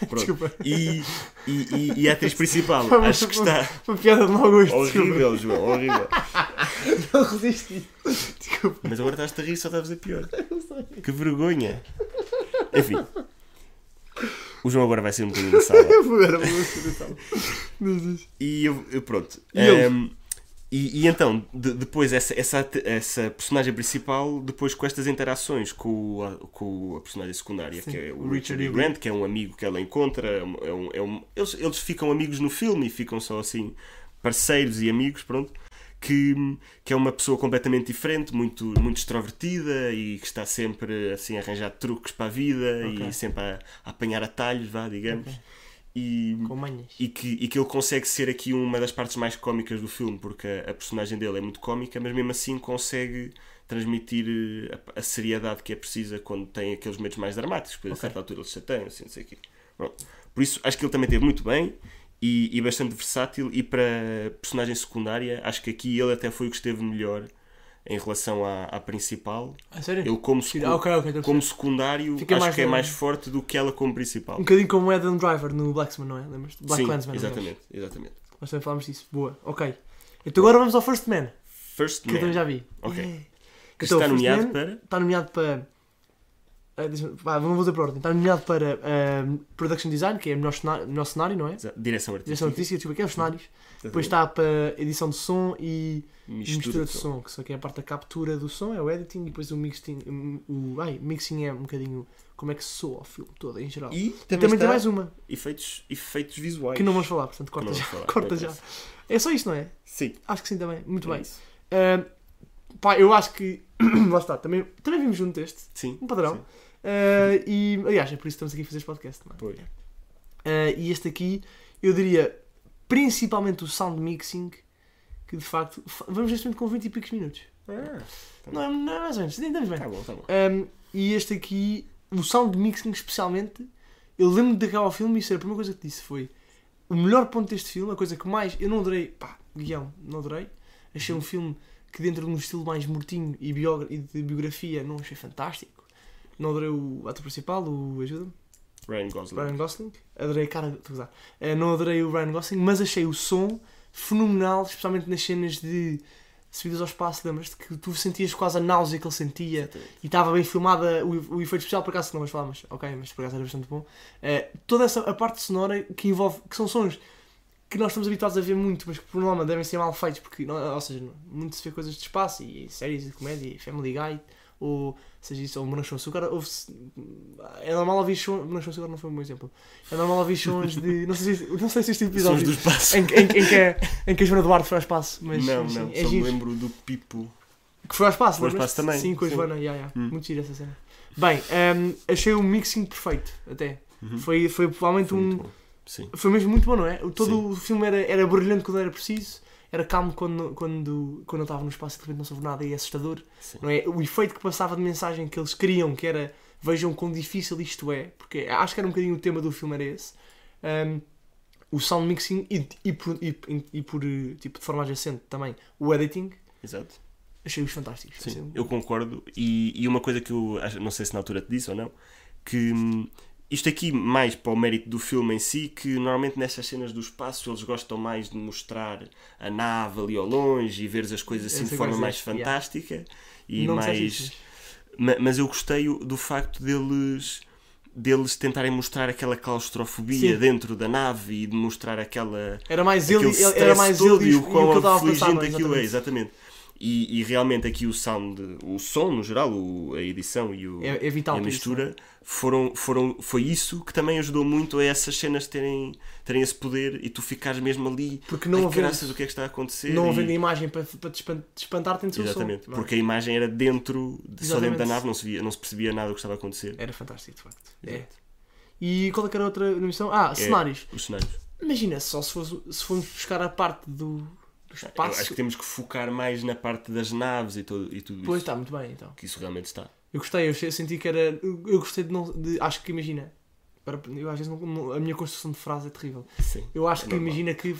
Speaker 2: Pronto.
Speaker 1: Desculpa.
Speaker 2: E, e, e, e a atriz principal,
Speaker 1: Foi uma-
Speaker 2: acho que está
Speaker 1: Uma piada de mau gosto. Desculpa.
Speaker 2: *laughs* horrível, João, horrível.
Speaker 1: Não resisti. Desculpa.
Speaker 2: Mas agora estás-te a rir, só estavas a pior. Que vergonha. Enfim. O João agora vai ser um bocadinho engraçado.
Speaker 1: Eu vou agora, vou agora. Diz, diz.
Speaker 2: E eu, eu- pronto.
Speaker 1: E eles?
Speaker 2: Ahm, e, e então, de- depois, essa, essa, at- essa personagem principal, depois com estas interações com, o- com a personagem secundária,
Speaker 1: Sim,
Speaker 2: que é o
Speaker 1: o
Speaker 2: Richard
Speaker 1: Richard
Speaker 2: E.
Speaker 1: E.
Speaker 2: Grant, que é um amigo que ela encontra, é um- é um- é um- eles, eles ficam amigos no filme e ficam só assim parceiros e amigos, pronto. Que, que é uma pessoa completamente diferente, muito, muito extrovertida e que está sempre assim, a arranjar truques para a vida
Speaker 1: Ok.
Speaker 2: e sempre a, a apanhar atalhos, vá, digamos. E,
Speaker 1: Com manhas.
Speaker 2: e que, e que ele consegue ser aqui uma das partes mais cómicas do filme, porque a, a personagem dele é muito cómica, mas mesmo assim consegue transmitir eh, a, a seriedade que é precisa quando tem aqueles momentos mais dramáticos, porque a
Speaker 1: Ok.
Speaker 2: certa altura eles chateiam, assim, não sei o quê. Pronto. Por isso, acho que ele também teve muito bem e, e bastante versátil, e para personagem secundária, acho que aqui ele até foi o que esteve melhor em relação à, à principal.
Speaker 1: A sério?
Speaker 2: Ele, como, secu-
Speaker 1: Ah, ok, ok, estou a
Speaker 2: como
Speaker 1: perceber.
Speaker 2: secundário,
Speaker 1: Fica
Speaker 2: acho
Speaker 1: mais
Speaker 2: que é
Speaker 1: na-
Speaker 2: mais forte do que ela como principal.
Speaker 1: Um bocadinho como o Adam Driver no Blacksman, não é? Lembras-te? Black
Speaker 2: Sim,
Speaker 1: Clansman, aliás.
Speaker 2: exatamente, exatamente.
Speaker 1: Nós também falámos disso. Boa, ok. Então agora vamos ao First Man,
Speaker 2: First
Speaker 1: que eu também
Speaker 2: Man,
Speaker 1: já vi.
Speaker 2: Ok.
Speaker 1: Yeah.
Speaker 2: que
Speaker 1: Então,
Speaker 2: está
Speaker 1: First
Speaker 2: nomeado
Speaker 1: Man
Speaker 2: para...
Speaker 1: Está nomeado para. ah, deixa-me- vá, não vou dizer para ordem. Está nomeado para ah, Production Design, que é o melhor cenário, melhor cenário não é?
Speaker 2: Exa- Direção artística.
Speaker 1: Direção artística, tipo, aqueles cenários.
Speaker 2: Exatamente.
Speaker 1: Depois está para edição de som e
Speaker 2: Mistura,
Speaker 1: mistura,
Speaker 2: de
Speaker 1: de som. que só que é a parte da captura do som, é o editing e depois o mixing. O, ai, mixing é um bocadinho como é que soa o filme todo em geral. E
Speaker 2: E
Speaker 1: também
Speaker 2: também, está
Speaker 1: tem mais uma,
Speaker 2: efeitos, efeitos visuais.
Speaker 1: que não vamos falar, portanto corta
Speaker 2: Não
Speaker 1: já.
Speaker 2: vamos falar,
Speaker 1: corta
Speaker 2: não
Speaker 1: já.
Speaker 2: interessa.
Speaker 1: É só isto, não é?
Speaker 2: Sim,
Speaker 1: Acho que sim também. Muito
Speaker 2: é
Speaker 1: bem.
Speaker 2: isso.
Speaker 1: Ah, pá, eu acho que. *clears throat* Lá está, também, também vimos junto este,
Speaker 2: Sim.
Speaker 1: um padrão.
Speaker 2: sim.
Speaker 1: Ah, e aliás, é por isso que estamos aqui a fazer este podcast, não é?
Speaker 2: Pois.
Speaker 1: Ah, e este aqui, eu diria principalmente o sound mixing, que de facto. fa- Vamos neste momento com 20 e picos minutos.
Speaker 2: Ah,
Speaker 1: Não é, não é mais ou menos, entendemos bem.
Speaker 2: tá bom, tá bom.
Speaker 1: Um, e este aqui, o sound mixing especialmente, eu lembro de acabar o filme e isso era a primeira coisa que te disse foi o melhor ponto deste filme, a coisa que mais eu não adorei, pá, guião, não adorei. Achei um filme que dentro de um estilo mais mortinho e, biogra- e de biografia não achei fantástico. Não adorei o ator principal, o ajuda-me,
Speaker 2: Ryan Gosling.
Speaker 1: Ryan Gosling. Adorei a cara, estou a gozar. Eh, Não adorei o Ryan Gosling, mas achei o som fenomenal, especialmente nas cenas de subidas ao espaço, lembras-te que tu sentias quase a náusea que ele sentia.
Speaker 2: Exatamente.
Speaker 1: E estava bem filmada o, o efeito especial, por acaso não vamos falar, mas ok, mas por acaso era bastante bom. Eh, toda essa a parte sonora que envolve, que são sons que nós estamos habituados a ver muito, mas que por norma devem ser mal feitos, porque, não- ou seja, muito se vê coisas de espaço e séries de comédia, e Family Guy, ou seja isso, ou Morangos com Açúcar, ou se- é normal ouvir sons, Morangos com Açúcar não foi um bom exemplo, é normal ouvir sons de, não sei se, não sei se este
Speaker 2: Sons
Speaker 1: episódio,
Speaker 2: do espaço.
Speaker 1: em, que- em, que- em que, a- em que a Joana Duarte foi ao espaço, mas
Speaker 2: não,
Speaker 1: mas sim,
Speaker 2: não,
Speaker 1: é
Speaker 2: só me
Speaker 1: giro.
Speaker 2: lembro do Pipo.
Speaker 1: Que foi ao espaço,
Speaker 2: Foi ao
Speaker 1: lembras-te?
Speaker 2: espaço também,
Speaker 1: Sim, com a
Speaker 2: sim.
Speaker 1: Joana, yeah, yeah.
Speaker 2: Hum.
Speaker 1: muito gira essa cena. Bem, hum, achei o mixing perfeito, até. Foi, foi provavelmente
Speaker 2: Hum. Foi
Speaker 1: um.
Speaker 2: Uhum. muito bom. Sim.
Speaker 1: Foi mesmo muito bom, não é? O- Todo
Speaker 2: Sim.
Speaker 1: o filme era, era brilhante quando era preciso, era calmo quando, quando, quando eu estava no espaço e de repente não soube nada e é assustador,
Speaker 2: Sim.
Speaker 1: não é? O efeito que passava de mensagem que eles queriam, que era vejam quão difícil isto é, porque acho que era um bocadinho o tema do filme, era esse. Hum, o sound mixing e, e, por, e, e por, eh, tipo, de forma adjacente também, o editing,
Speaker 2: Exato.
Speaker 1: achei-os fantásticos.
Speaker 2: Sim,
Speaker 1: Assim,
Speaker 2: eu concordo. E, e uma coisa que eu acho- não sei se na altura te disse ou não, que hum, isto aqui, mais para o mérito do filme em si, que normalmente nessas cenas do espaço eles gostam mais de mostrar a nave ali ao longe e veres as coisas assim
Speaker 1: Eu
Speaker 2: de
Speaker 1: sei
Speaker 2: forma
Speaker 1: quais
Speaker 2: mais
Speaker 1: dizes, yeah.
Speaker 2: fantástica e
Speaker 1: Não assim. disseste
Speaker 2: mais.
Speaker 1: isso,
Speaker 2: Ma- Mas eu gostei o- do facto deles deles tentarem mostrar aquela claustrofobia
Speaker 1: Sim.
Speaker 2: dentro da nave e de mostrar aquela
Speaker 1: Era mais ele,
Speaker 2: aquele
Speaker 1: ele-
Speaker 2: stress
Speaker 1: era mais
Speaker 2: todo
Speaker 1: ele
Speaker 2: e o quão
Speaker 1: que eu estava a pensar, não
Speaker 2: afligente
Speaker 1: é?
Speaker 2: aquilo é,
Speaker 1: Exatamente.
Speaker 2: exatamente. E, e realmente aqui o sound, o som no geral, o- a edição e, o-
Speaker 1: É- é vital
Speaker 2: e a
Speaker 1: para isso,
Speaker 2: mistura foram, foram, foi isso que também ajudou muito a essas cenas terem, terem esse poder e tu ficares mesmo ali.
Speaker 1: Porque não
Speaker 2: "Ai,
Speaker 1: havendo-
Speaker 2: caraças, o que é que está a acontecer?
Speaker 1: Não
Speaker 2: E-
Speaker 1: havendo imagem para, para te espan- te espantar, tem de ser o som.
Speaker 2: Exatamente,
Speaker 1: Não é?
Speaker 2: porque a imagem era dentro, de- só dentro da
Speaker 1: Exatamente.
Speaker 2: nave, não se, via, não se percebia nada do que estava a acontecer.
Speaker 1: Era fantástico, de facto. É.
Speaker 2: Exato.
Speaker 1: E qual é que era a outra missão? Ah, cenários.
Speaker 2: É, Os cenários.
Speaker 1: Imagina só se, fosse, se formos buscar a parte do, do
Speaker 2: Ah, Eu
Speaker 1: espaço.
Speaker 2: acho que temos que focar mais na parte das naves e, todo, e tudo
Speaker 1: Pois
Speaker 2: isso.
Speaker 1: está, muito bem então.
Speaker 2: Que isso realmente está.
Speaker 1: Eu gostei, eu che- senti que era. Eu eu gostei de não. De, acho que imagina. Agora, eu às vezes não- não- a minha construção de frase é terrível.
Speaker 2: Sim.
Speaker 1: Eu acho que
Speaker 2: É normal.
Speaker 1: imagina que.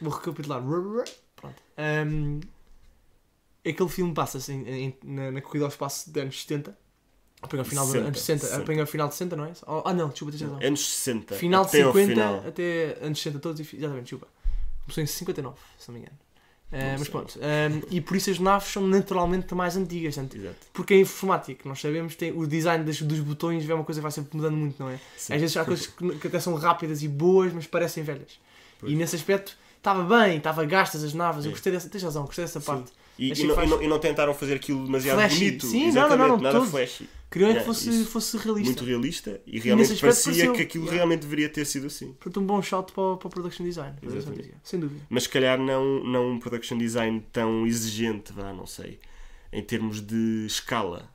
Speaker 1: Vou recapitular. Pronto. Ahm, aquele filme passa-se em- em- na, na corrida ao espaço dos anos 70. Apanha o final dos
Speaker 2: 60,
Speaker 1: anos 60.
Speaker 2: 60.
Speaker 1: Apanha o final de 60, não é? Oh, ah, não, desculpa, tens razão.
Speaker 2: Anos 60.
Speaker 1: Final de
Speaker 2: até ao
Speaker 1: 50
Speaker 2: final.
Speaker 1: até anos 60, todos. e fi- Exatamente, desculpa. Começou em 59, se não me engano. Ah,
Speaker 2: Não
Speaker 1: mas
Speaker 2: sei.
Speaker 1: pronto. Ahm, e por isso as naves são naturalmente mais antigas. tanto-
Speaker 2: Exato.
Speaker 1: Porque a informática, nós sabemos, tem, o design das- dos botões é uma coisa que vai sempre mudando muito, não é?
Speaker 2: Sim.
Speaker 1: Às vezes há coisas que, que até são rápidas e boas, mas parecem velhas.
Speaker 2: Pois.
Speaker 1: E nesse aspecto estava bem, estava gastas as naves.
Speaker 2: É.
Speaker 1: Eu gostei dessa, tens razão, gostei dessa
Speaker 2: Sim.
Speaker 1: parte.
Speaker 2: E,
Speaker 1: Achei
Speaker 2: e não,
Speaker 1: que
Speaker 2: e,
Speaker 1: faz-
Speaker 2: não, e não tentaram fazer aquilo demasiado
Speaker 1: Flashy.
Speaker 2: bonito.
Speaker 1: Sim, não, não,
Speaker 2: Exatamente,
Speaker 1: não, não,
Speaker 2: nada
Speaker 1: todo.
Speaker 2: flashy.
Speaker 1: Queria
Speaker 2: Yeah,
Speaker 1: que fosse,
Speaker 2: É, isso.
Speaker 1: fosse realista.
Speaker 2: Muito realista e
Speaker 1: nesse
Speaker 2: realmente
Speaker 1: aspecto
Speaker 2: parecia
Speaker 1: pareceu-
Speaker 2: que aquilo
Speaker 1: Yeah.
Speaker 2: realmente deveria ter sido assim.
Speaker 1: Portanto, um bom shot para, o- para o production design. para a direção
Speaker 2: Exatamente.
Speaker 1: artística, Sem dúvida.
Speaker 2: Mas se calhar não, não um production design tão exigente, vá, não sei, em termos de escala,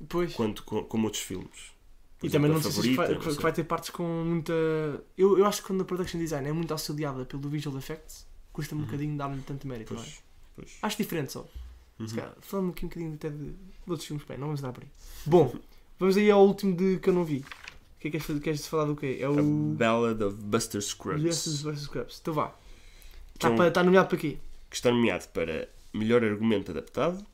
Speaker 1: Depois.
Speaker 2: quanto co- como outros filmes. Por
Speaker 1: E também
Speaker 2: exemplo,
Speaker 1: não
Speaker 2: a
Speaker 1: sei se
Speaker 2: Favorita,
Speaker 1: vai,
Speaker 2: não
Speaker 1: que
Speaker 2: sei.
Speaker 1: vai ter partes com muita. Eu, eu acho que quando a production design é muito auxiliada pelo visual effects, custa-me um bocadinho dar-lhe tanto mérito. não é?
Speaker 2: Uhum. Pois, pois.
Speaker 1: Acho diferente só.
Speaker 2: Uhum.
Speaker 1: Se calhar, falando aqui um bocadinho até de, de outros filmes, bem, não vamos dar por aí. Bom, vamos aí ao último de que eu não vi. O que é que queres, queres falar do quê? É
Speaker 2: A
Speaker 1: o.
Speaker 2: Ballad of Buster Scruggs,
Speaker 1: Justice vs. Scrubs. Então vá.
Speaker 2: que, é
Speaker 1: Está
Speaker 2: um-
Speaker 1: para- está nomeado para quê?
Speaker 2: que está nomeado para melhor argumento adaptado,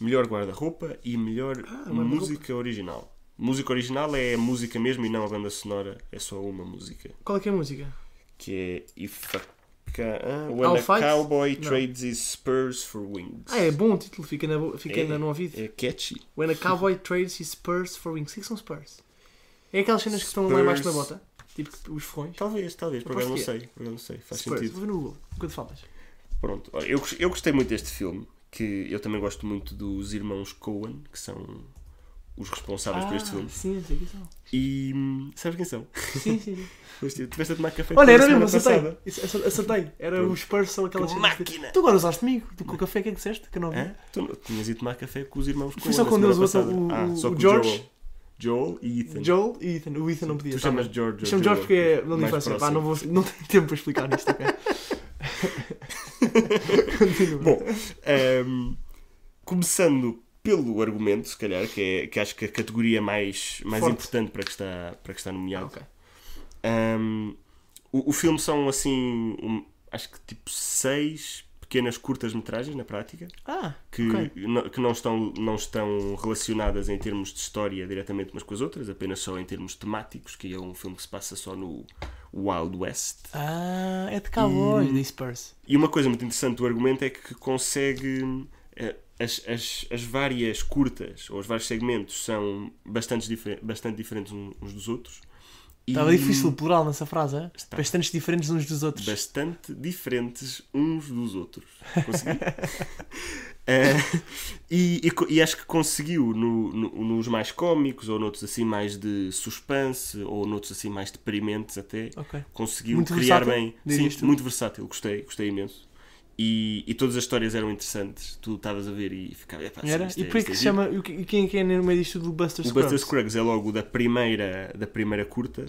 Speaker 2: melhor Ah, guarda-roupa e melhor
Speaker 1: guarda-roupa.
Speaker 2: música original. Música original é a música mesmo e não a banda sonora, é só uma música.
Speaker 1: Qual é que é a música?
Speaker 2: Que é If a, ca- ah, When
Speaker 1: I'll
Speaker 2: a
Speaker 1: fight?
Speaker 2: Cowboy
Speaker 1: Não.
Speaker 2: Trades His Spurs for Wings.
Speaker 1: Ah, é bom o título, fica, na, bo- fica na- no ouvido.
Speaker 2: É catchy.
Speaker 1: When a cowboy trades his spurs for wings. O que é que são spurs? É aquelas cenas que estão lá embaixo da
Speaker 2: Spurs.
Speaker 1: bota? Tipo os ferrões?
Speaker 2: Talvez, talvez, por acaso
Speaker 1: Aposto
Speaker 2: não
Speaker 1: que é.
Speaker 2: sei, por acaso não sei, faz
Speaker 1: spurs,
Speaker 2: sentido.
Speaker 1: vou ver no Google, enquanto falas.
Speaker 2: Pronto, olha, eu, gos- eu gostei muito deste filme, que eu também gosto muito dos irmãos Coen, que são os responsáveis por este filme.
Speaker 1: Ah, sim, eu sei que são.
Speaker 2: E hum, sabes quem são?
Speaker 1: Sim, sim, sim.
Speaker 2: Pois, tu tipo, Tiveste a tomar café
Speaker 1: Olha,
Speaker 2: toda a
Speaker 1: era mesmo,
Speaker 2: semana
Speaker 1: acertei.
Speaker 2: passada.
Speaker 1: Isso, acer- Acertei. Era
Speaker 2: Pronto.
Speaker 1: os spurs, são aquelas
Speaker 2: Que
Speaker 1: cenas de-
Speaker 2: máquina!
Speaker 1: Tu agora usaste comigo, tu com o café, o que é que disseste? Que eu não vi.
Speaker 2: Hã? Tu não- tinhas ido tomar café com os irmãos Coen.
Speaker 1: Fui só
Speaker 2: na
Speaker 1: com
Speaker 2: semana
Speaker 1: Deus, o outro,
Speaker 2: passada. Ah,
Speaker 1: o- o- o George.
Speaker 2: Joel e Ethan.
Speaker 1: Joel e Ethan. O Ethan não podia.
Speaker 2: tu
Speaker 1: tá bem.
Speaker 2: chamas George.
Speaker 1: Eu chamo
Speaker 2: Joel.
Speaker 1: Jorge porque é da
Speaker 2: Mais
Speaker 1: infância. Pá,
Speaker 2: próximo.
Speaker 1: não, vou, não tenho *laughs* tempo para explicar isto,
Speaker 2: *laughs*
Speaker 1: ok? Continua.
Speaker 2: Bom, ehm, começando pelo argumento, se calhar, que, é, que acho que a categoria mais, mais
Speaker 1: Forte.
Speaker 2: importante para que está, para que está nomeado.
Speaker 1: Ok.
Speaker 2: Ehm, o, o filme são assim, um- acho que tipo seis pequenas curtas-metragens na prática.
Speaker 1: Ah,
Speaker 2: que,
Speaker 1: Ok.
Speaker 2: não, que não, estão, não estão relacionadas em termos de história diretamente umas com as outras, apenas só em termos temáticos, que é um filme que se passa só no Wild West.
Speaker 1: ah é de
Speaker 2: cowboys,
Speaker 1: da Spurs.
Speaker 2: E uma coisa muito interessante do argumento é que consegue. eh, As, as, as várias curtas ou os vários segmentos são bastante, difer bastante diferentes um- uns dos outros. E
Speaker 1: Estava Tá difícil o plural nessa frase, é?
Speaker 2: Está.
Speaker 1: Bastantes diferentes uns dos outros.
Speaker 2: Bastante diferentes uns dos outros.
Speaker 1: *laughs*
Speaker 2: Consegui? Eh, e, e co- e acho que conseguiu no- no- nos mais cómicos, ou noutros assim mais de suspense, ou noutros assim mais deprimentes até.
Speaker 1: Ok.
Speaker 2: Conseguiu
Speaker 1: Muito
Speaker 2: criar
Speaker 1: versátil,
Speaker 2: bem.
Speaker 1: dirias
Speaker 2: Sim,
Speaker 1: tu?
Speaker 2: muito versátil. Gostei, gostei imenso. E, e todas as histórias eram interessantes. Tu estavas a ver e ficava. "Epá, sim,
Speaker 1: Era?
Speaker 2: isto
Speaker 1: E
Speaker 2: é-
Speaker 1: por
Speaker 2: isto
Speaker 1: que
Speaker 2: é
Speaker 1: se
Speaker 2: giro."
Speaker 1: chama. e o que- E quem é que é no meio disto do Buster
Speaker 2: O Buster
Speaker 1: Scruggs?
Speaker 2: Scruggs é logo da primeira, da primeira curta,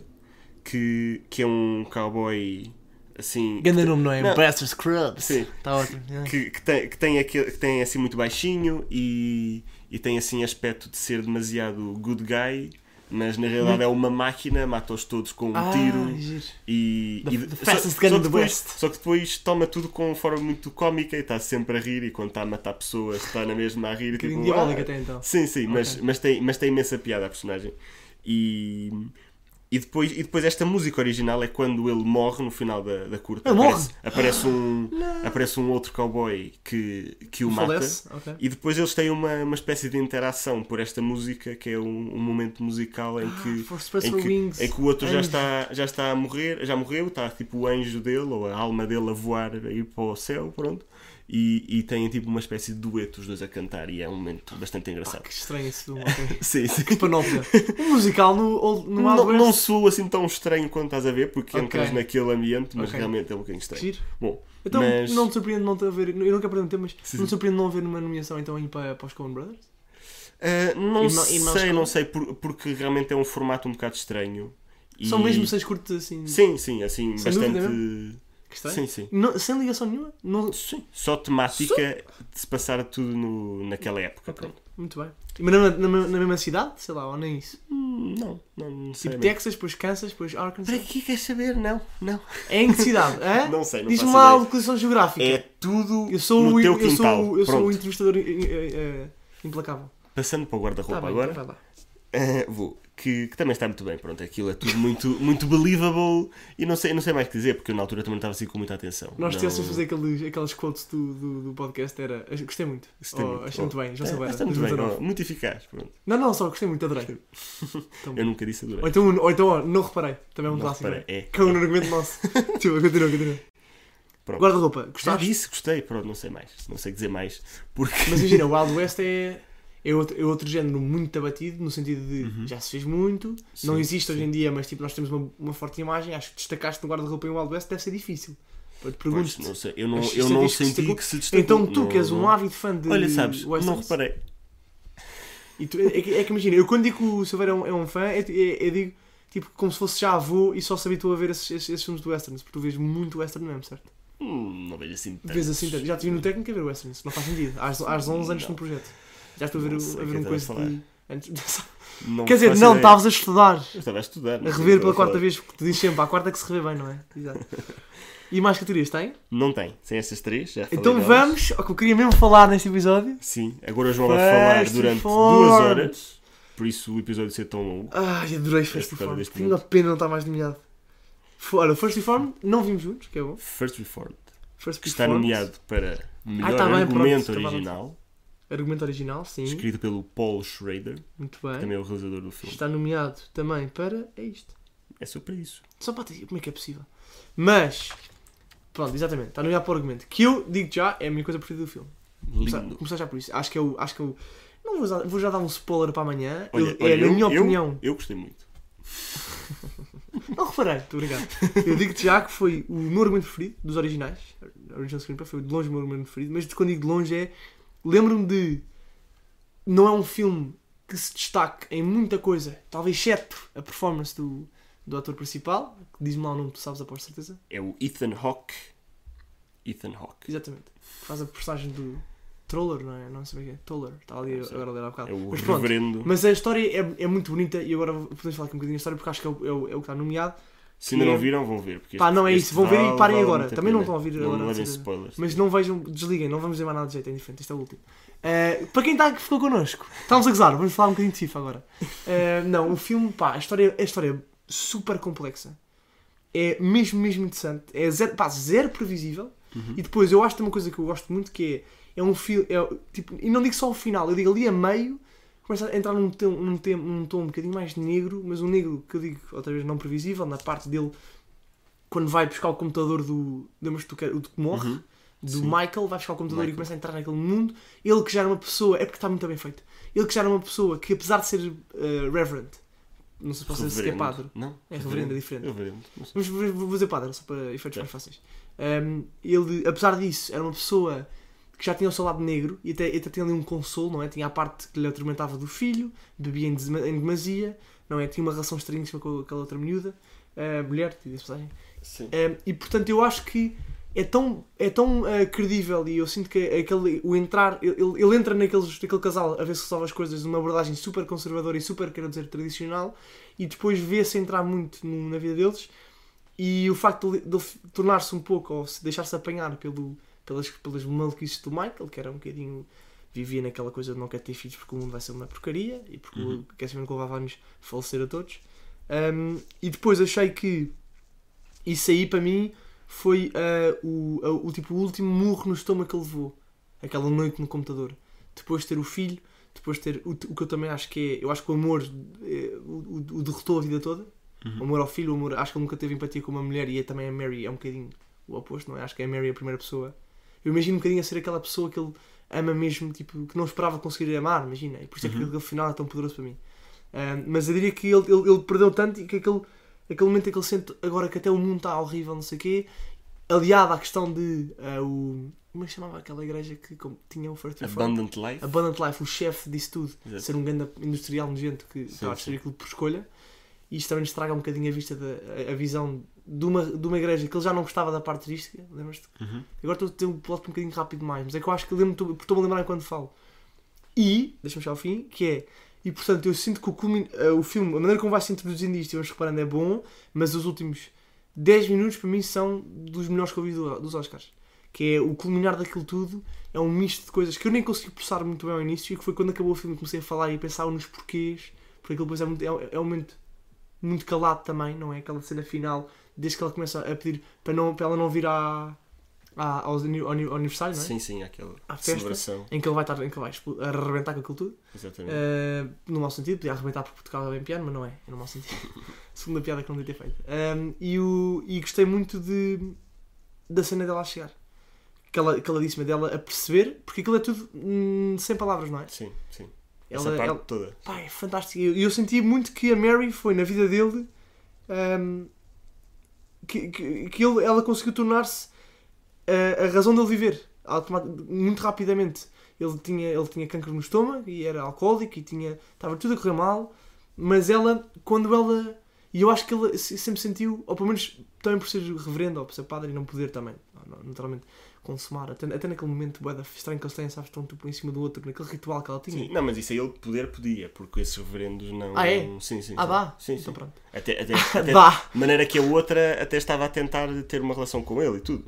Speaker 2: que, que é um cowboy assim.
Speaker 1: Ganda nome, não é?
Speaker 2: Não.
Speaker 1: Buster Scruggs.
Speaker 2: Sim.
Speaker 1: Está ótimo.
Speaker 2: *laughs*
Speaker 1: é.
Speaker 2: que, que tem, que, tem aquele, que tem assim muito baixinho e, e tem assim aspecto de ser demasiado good guy, mas na realidade é uma máquina, mata-os todos com um
Speaker 1: Ah,
Speaker 2: tiro
Speaker 1: giro.
Speaker 2: e,
Speaker 1: The-
Speaker 2: e
Speaker 1: the fastest gun in the
Speaker 2: depois,
Speaker 1: West.
Speaker 2: só que depois toma tudo com forma muito cómica e está sempre a rir e quando está a matar pessoas está na mesma a rir
Speaker 1: Um bocadinho
Speaker 2: tipo,
Speaker 1: diabólico
Speaker 2: "Ah,
Speaker 1: até então.
Speaker 2: Sim, sim, mas,
Speaker 1: Ok.
Speaker 2: mas, tem, mas tem imensa piada a personagem. E, e, depois, e depois esta música original é quando ele morre no final da, da curta.
Speaker 1: Ele
Speaker 2: aparece,
Speaker 1: *gasps*
Speaker 2: aparece um, aparece um outro cowboy que, que o mata.
Speaker 1: Falece? Ok.
Speaker 2: E depois eles têm uma, uma espécie de interação por esta música, que é um, um momento musical em que,
Speaker 1: Ah, For Spurs
Speaker 2: em
Speaker 1: for Wings.
Speaker 2: que, em que o outro já
Speaker 1: Anjo.
Speaker 2: está, já está a morrer, já morreu, está tipo o anjo dele ou a alma dele a voar a ir para o céu, pronto. E, e têm tipo uma espécie de dueto os dois a cantar e é um momento bastante engraçado.
Speaker 1: Que estranho esse
Speaker 2: *laughs*
Speaker 1: filme, ok.
Speaker 2: Sim, sim.
Speaker 1: Que panóplia. Um musical no, old- no
Speaker 2: Não,
Speaker 1: Wild West.
Speaker 2: não soa assim tão estranho quanto estás a ver, porque
Speaker 1: Ok.
Speaker 2: entras naquele ambiente, mas
Speaker 1: Ok.
Speaker 2: realmente é um bocadinho estranho.
Speaker 1: Giro.
Speaker 2: Bom,
Speaker 1: Então
Speaker 2: mas
Speaker 1: não me surpreende não ter haver. Eu nunca perguntei, mas
Speaker 2: Sim,
Speaker 1: não me
Speaker 2: sim.
Speaker 1: surpreende não haver uma nomeação então aí para, para os Coen Brothers?
Speaker 2: ah, não
Speaker 1: Irmão-
Speaker 2: sei,
Speaker 1: irmãos com-
Speaker 2: não sei, por- porque realmente é um formato um bocado estranho. E-
Speaker 1: São mesmo seis curtos assim.
Speaker 2: Sim, sim, assim,
Speaker 1: Sem dúvida
Speaker 2: bastante.
Speaker 1: Que estranho.
Speaker 2: Sim, sim.
Speaker 1: Não- sem ligação nenhuma? Não-
Speaker 2: Sim. Só temática de se passar tudo no, naquela época.
Speaker 1: Ok.
Speaker 2: pronto.
Speaker 1: Muito bem. Mas na, na- na mesma cidade? Sei lá, ou nem isso.
Speaker 2: Hum, Não, não, não sei.
Speaker 1: Tipo
Speaker 2: mesmo.
Speaker 1: Texas, depois Kansas, depois
Speaker 2: Para
Speaker 1: Arkansas.
Speaker 2: que queres saber? Não, não.
Speaker 1: É em que
Speaker 2: *laughs*
Speaker 1: cidade? Hã?
Speaker 2: Não sei, não
Speaker 1: Diz-me
Speaker 2: faço
Speaker 1: lá a
Speaker 2: ideia.
Speaker 1: localização geográfica.
Speaker 2: É tudo
Speaker 1: Eu sou
Speaker 2: no
Speaker 1: o,
Speaker 2: teu
Speaker 1: eu
Speaker 2: quintal.
Speaker 1: sou, o- eu sou
Speaker 2: Pronto.
Speaker 1: o entrevistador eh, eh, eh, implacável.
Speaker 2: Passando para o
Speaker 1: Tá
Speaker 2: guarda-roupa
Speaker 1: bem,
Speaker 2: agora.
Speaker 1: então vai lá.
Speaker 2: Ah, *laughs* vou. Que, que também está muito bem, pronto, aquilo é tudo muito, *laughs* muito believable e não sei, não sei mais o que dizer, porque eu na altura também não estava assim com muita atenção.
Speaker 1: Nós
Speaker 2: não...
Speaker 1: tivéssemos a fazer aqueles, aquelas quotes do, do, do podcast, era. Gostei muito.
Speaker 2: Gostei
Speaker 1: Oh,
Speaker 2: muito.
Speaker 1: Achei muito
Speaker 2: Oh.
Speaker 1: bem, João
Speaker 2: É,
Speaker 1: Silveira.
Speaker 2: está muito bem,
Speaker 1: 2019.
Speaker 2: ó, muito eficaz, pronto.
Speaker 1: Não, não, só gostei muito, adorei.
Speaker 2: Eu nunca disse
Speaker 1: Ou
Speaker 2: adorei.
Speaker 1: então, ou então ó, não reparei, também é um
Speaker 2: Não
Speaker 1: clássico.
Speaker 2: reparei,
Speaker 1: não
Speaker 2: é.
Speaker 1: Que é um argumento
Speaker 2: *laughs*
Speaker 1: nosso. Tipo, continua, continua.
Speaker 2: Pronto.
Speaker 1: Guarda-roupa,
Speaker 2: Já
Speaker 1: gostaste?
Speaker 2: disse, gostei, pronto, não sei mais, não sei dizer mais, porque
Speaker 1: Mas imagina, o Wild West é, é, outro, é outro género muito abatido, no sentido de já se fez muito, não
Speaker 2: Uhum. Sim,
Speaker 1: existe hoje em dia, mas tipo, nós temos uma, uma forte imagem. Acho que destacaste no guarda-roupa em Wild West deve ser difícil. Eu te
Speaker 2: Pois,
Speaker 1: pergunto
Speaker 2: não sei, eu não,
Speaker 1: Mas
Speaker 2: eu
Speaker 1: se
Speaker 2: não
Speaker 1: diz que se
Speaker 2: senti
Speaker 1: destacou-
Speaker 2: que se destacou.
Speaker 1: Então tu
Speaker 2: não,
Speaker 1: que és um
Speaker 2: não-
Speaker 1: ávido fã de
Speaker 2: Olha, sabes, não
Speaker 1: westerns,
Speaker 2: reparei.
Speaker 1: E tu- é, que, é que imagina, eu quando digo que o Silveira é um, é um fã, é, é- eu digo tipo como se fosse já avô e só se habitua a ver esses, esses, esses filmes de westerns, porque tu vês muito western mesmo, certo?
Speaker 2: Hum, não vejo assim tanto.
Speaker 1: Vês assim, tanto. já te vi no técnico a ver westerns, não faz sentido. Às, às 11 anos
Speaker 2: Não.
Speaker 1: no projeto. Já estou a ver,
Speaker 2: Não
Speaker 1: o-
Speaker 2: sei
Speaker 1: a
Speaker 2: o
Speaker 1: ver uma
Speaker 2: que estás a
Speaker 1: coisa
Speaker 2: falar.
Speaker 1: de. antes- *laughs*
Speaker 2: Não
Speaker 1: Quer dizer,
Speaker 2: faço
Speaker 1: não,
Speaker 2: ideia.
Speaker 1: estavas a estudar,
Speaker 2: Eu estava a estudar. *laughs*
Speaker 1: a rever pela quarta vez, porque tu dizes sempre, à quarta que se revê bem, não é? Exato. E mais categorias tem?
Speaker 2: Não tem. Sem essas três, já falei
Speaker 1: Então
Speaker 2: delas.
Speaker 1: vamos ao que eu queria mesmo falar neste episódio.
Speaker 2: Sim, agora o João vai falar
Speaker 1: Fast
Speaker 2: durante
Speaker 1: forward.
Speaker 2: duas horas. Por isso o episódio ser tão longo.
Speaker 1: Ai, adorei
Speaker 2: Este cara
Speaker 1: Festiform.
Speaker 2: deste
Speaker 1: Tenho uma pena não estar mais nomeado. F- Olha, Festiform não vimos juntos, que é bom.
Speaker 2: First Reformed,
Speaker 1: First
Speaker 2: que está
Speaker 1: Reformed,
Speaker 2: nomeado para melhor
Speaker 1: tá bem, pronto,
Speaker 2: argumento
Speaker 1: tá bem.
Speaker 2: original,
Speaker 1: Argumento original, sim.
Speaker 2: escrito pelo Paul Schrader,
Speaker 1: Muito bem.
Speaker 2: também é o realizador do filme.
Speaker 1: Está nomeado também para. É isto.
Speaker 2: É só para isso.
Speaker 1: Só para ter. Como é que é possível? Mas. Pronto, exatamente. Está nomeado para o argumento. Que eu digo já é a minha coisa preferida do filme. Começar,
Speaker 2: Lindo.
Speaker 1: começar já por isso. Acho que eu. Acho que eu não vou, usar- vou já dar um spoiler para amanhã.
Speaker 2: Olha,
Speaker 1: Eu-
Speaker 2: olha,
Speaker 1: é, na
Speaker 2: eu-
Speaker 1: minha
Speaker 2: eu-
Speaker 1: opinião.
Speaker 2: Eu gostei muito.
Speaker 1: Não reparei, estou obrigado. Eu digo-te já que foi o meu argumento preferido dos originais. Original Screenplay foi de longe o meu argumento preferido, mas quando digo de longe é. Lembro-me de. Não é um filme que se destaque em muita coisa, talvez exceto a performance do, do ator principal, que diz-me lá o nome, tu sabes, após certeza.
Speaker 2: É o Ethan Hawke. Ethan Hawke.
Speaker 1: Exatamente. Que faz a personagem do. Troller, não é? Não sei bem o que é. Toller, está ali
Speaker 2: Não sei.
Speaker 1: agora a ler há bocado.
Speaker 2: É o
Speaker 1: mas pronto,
Speaker 2: reverendo.
Speaker 1: mas a história é, é muito bonita e agora podemos falar aqui um bocadinho da história porque acho que é o, é o- é o que está nomeado.
Speaker 2: Se ainda não
Speaker 1: é-
Speaker 2: viram, vão ver. Porque
Speaker 1: Pá, não é
Speaker 2: este
Speaker 1: isso. Vão ver e
Speaker 2: vale-
Speaker 1: parem
Speaker 2: vale
Speaker 1: agora.
Speaker 2: muito a
Speaker 1: Também não
Speaker 2: pena.
Speaker 1: estão a ouvir
Speaker 2: Não-
Speaker 1: agora,
Speaker 2: Não
Speaker 1: de
Speaker 2: levem
Speaker 1: certeza.
Speaker 2: spoilers.
Speaker 1: Mas não vejam, desliguem, não vamos dizer mais nada de jeito, é indiferente, este é o último. Uh, para quem está que ficou connosco, estamos a gozar, vamos falar um bocadinho de FIFA agora. Uh, não, o filme, pá, a história, a história é super complexa. É mesmo, mesmo interessante. É zero, pá, zero previsível. E depois eu acho que tem uma coisa que eu gosto muito que é, é um filme, é, tipo, e não digo só o final, eu digo ali a meio, começa a entrar num, tom- num, tem- num tom um bocadinho mais negro, mas um negro que eu digo outra vez não previsível, na parte dele quando vai buscar o computador do. Lembras-te do que, o do que morre?
Speaker 2: Uhum.
Speaker 1: Do
Speaker 2: Sim.
Speaker 1: Michael, vai buscar o computador
Speaker 2: Michael.
Speaker 1: e começa a entrar naquele mundo. Ele que já era uma pessoa, é porque está muito bem feito. Ele que já era uma pessoa que, apesar de ser eh, reverend, não sei se posso dizer se é
Speaker 2: Reverendo.
Speaker 1: padre.
Speaker 2: Não.
Speaker 1: É reverendo, é diferente.
Speaker 2: Reverendo. Não sei.
Speaker 1: Mas vou vou dizer padre, só para efeitos
Speaker 2: Tá.
Speaker 1: mais fáceis. Um, ele, apesar disso, era uma pessoa que já tinha o seu lado negro e até, até tinha ali um consolo, não é? Tinha a parte que lhe atormentava do filho, bebia em, desma- em demasia, não é? Tinha uma relação estranhíssima com aquela outra miúda, eh, mulher, diga-se de passagem.
Speaker 2: Sim.
Speaker 1: Um, e portanto eu acho que é tão, é tão uh, credível e eu sinto que aquele, o entrar, ele, ele- ele entra naqueles, naquele casal a ver se resolve as coisas numa abordagem super conservadora e super, quero dizer, tradicional e depois vê-se entrar muito no- na vida deles e o facto de ele tornar-se um pouco ou se deixar-se apanhar pelo, pelas, pelas maluquices do Michael, que era um bocadinho vivia naquela coisa de não quero ter filhos porque o mundo vai ser uma porcaria e porque o
Speaker 2: Uhum.
Speaker 1: quer saber que vai-nos falecer a todos Um, e depois achei que isso aí para mim foi ah, o, a- o, tipo, o último murro no estômago que ele levou. Aquela noite no computador. Depois de ter o filho, depois de ter o, o que eu também acho que é. Eu acho que o amor eh, o, o- o derrotou a vida toda.
Speaker 2: Uhum.
Speaker 1: O amor ao filho, o amor. Acho que ele nunca teve empatia com uma mulher e é também a Mary é um bocadinho o oposto, não é? Acho que a Mary é a primeira pessoa. Eu imagino um bocadinho a ser aquela pessoa que ele ama mesmo, tipo, que não esperava conseguir amar, imagina. E por isso é que
Speaker 2: Uhum.
Speaker 1: aquele final é tão poderoso para mim. Ah, mas eu diria que ele, ele, ele perdeu tanto e que aquele, aquele momento em que ele sente agora que até o mundo está horrível, não sei o quê, aliado à questão de ah, o. Como é que chamava aquela igreja que como, tinha o First Reformed?
Speaker 2: Abundant Life.
Speaker 1: Abundant Life, o chefe disso tudo,
Speaker 2: Exato.
Speaker 1: ser um grande industrial nojento que estava a
Speaker 2: sim.
Speaker 1: destruir aquilo por escolha. E isto também nos traga um bocadinho a vista da a, a visão de uma, de uma igreja que ele já não gostava da parte turística, lembras-te?
Speaker 2: Uhum.
Speaker 1: Agora estou a ter um piloto um bocadinho rápido demais, mas é que eu acho que lembro porque estou-me a lembrar enquanto falo. E, deixa-me chegar ao fim, que é. E portanto, eu sinto que o, culmin- eh, o filme, a maneira como vai se introduzindo isto, e vamos reparando, é bom, mas os últimos 10 minutos para mim são dos melhores que eu vi do- dos Oscars. Que é o culminar daquilo tudo, é um misto de coisas que eu nem consegui processar muito bem ao início, e que foi quando acabou o filme que comecei a falar e a pensar nos porquês, porque aquilo depois é, muito, é, é um momento muito calado também, não é? Aquela cena final, desde que ela começa a pedir para, não, para ela não vir à, à, ao, ao aniversário, não é?
Speaker 2: Sim, sim, há aquela
Speaker 1: À festa.
Speaker 2: celebração.
Speaker 1: Em que ele vai estar, em que ele vai expl- arrebentar com aquilo tudo.
Speaker 2: Exatamente.
Speaker 1: Uh, no mau sentido, podia arrebentar porque tocava bem piano, mas não é, é no mau sentido. *laughs* Segunda piada que não devia ter feito. Um, e, o, e gostei muito de, da cena dela a chegar. Aquela, aquela disse dela a perceber, porque aquilo é tudo hum, sem palavras, não é?
Speaker 2: Sim, sim.
Speaker 1: Ela,
Speaker 2: Essa parte
Speaker 1: ela-
Speaker 2: toda.
Speaker 1: pá, é fantástico. E eu, eu senti muito que a Mary foi na vida dele um, que, que, que ele- ela conseguiu tornar-se eh, a, a razão dele viver automat- muito rapidamente. Ele tinha, ele tinha cancro no estômago e era alcoólico e tinha, estava tudo a correr mal, mas ela, quando ela. E eu acho que ele se- sempre sentiu, ou pelo menos também por ser reverendo ou por ser padre e não poder também, naturalmente, consumar. Até, até naquele momento bué da estranho que eles têm, sabes, estão tipo um em cima do outro, naquele ritual que ela tinha.
Speaker 2: Sim, não, mas isso aí ele poder podia, porque esses reverendos não.
Speaker 1: Ah, é?
Speaker 2: não- Sim, sim.
Speaker 1: Ah,
Speaker 2: sim.
Speaker 1: dá?
Speaker 2: Sim, sim.
Speaker 1: Então pronto. *laughs*
Speaker 2: Até, até, até-
Speaker 1: Dá.
Speaker 2: de maneira que a outra até estava a tentar ter uma relação com ele e tudo.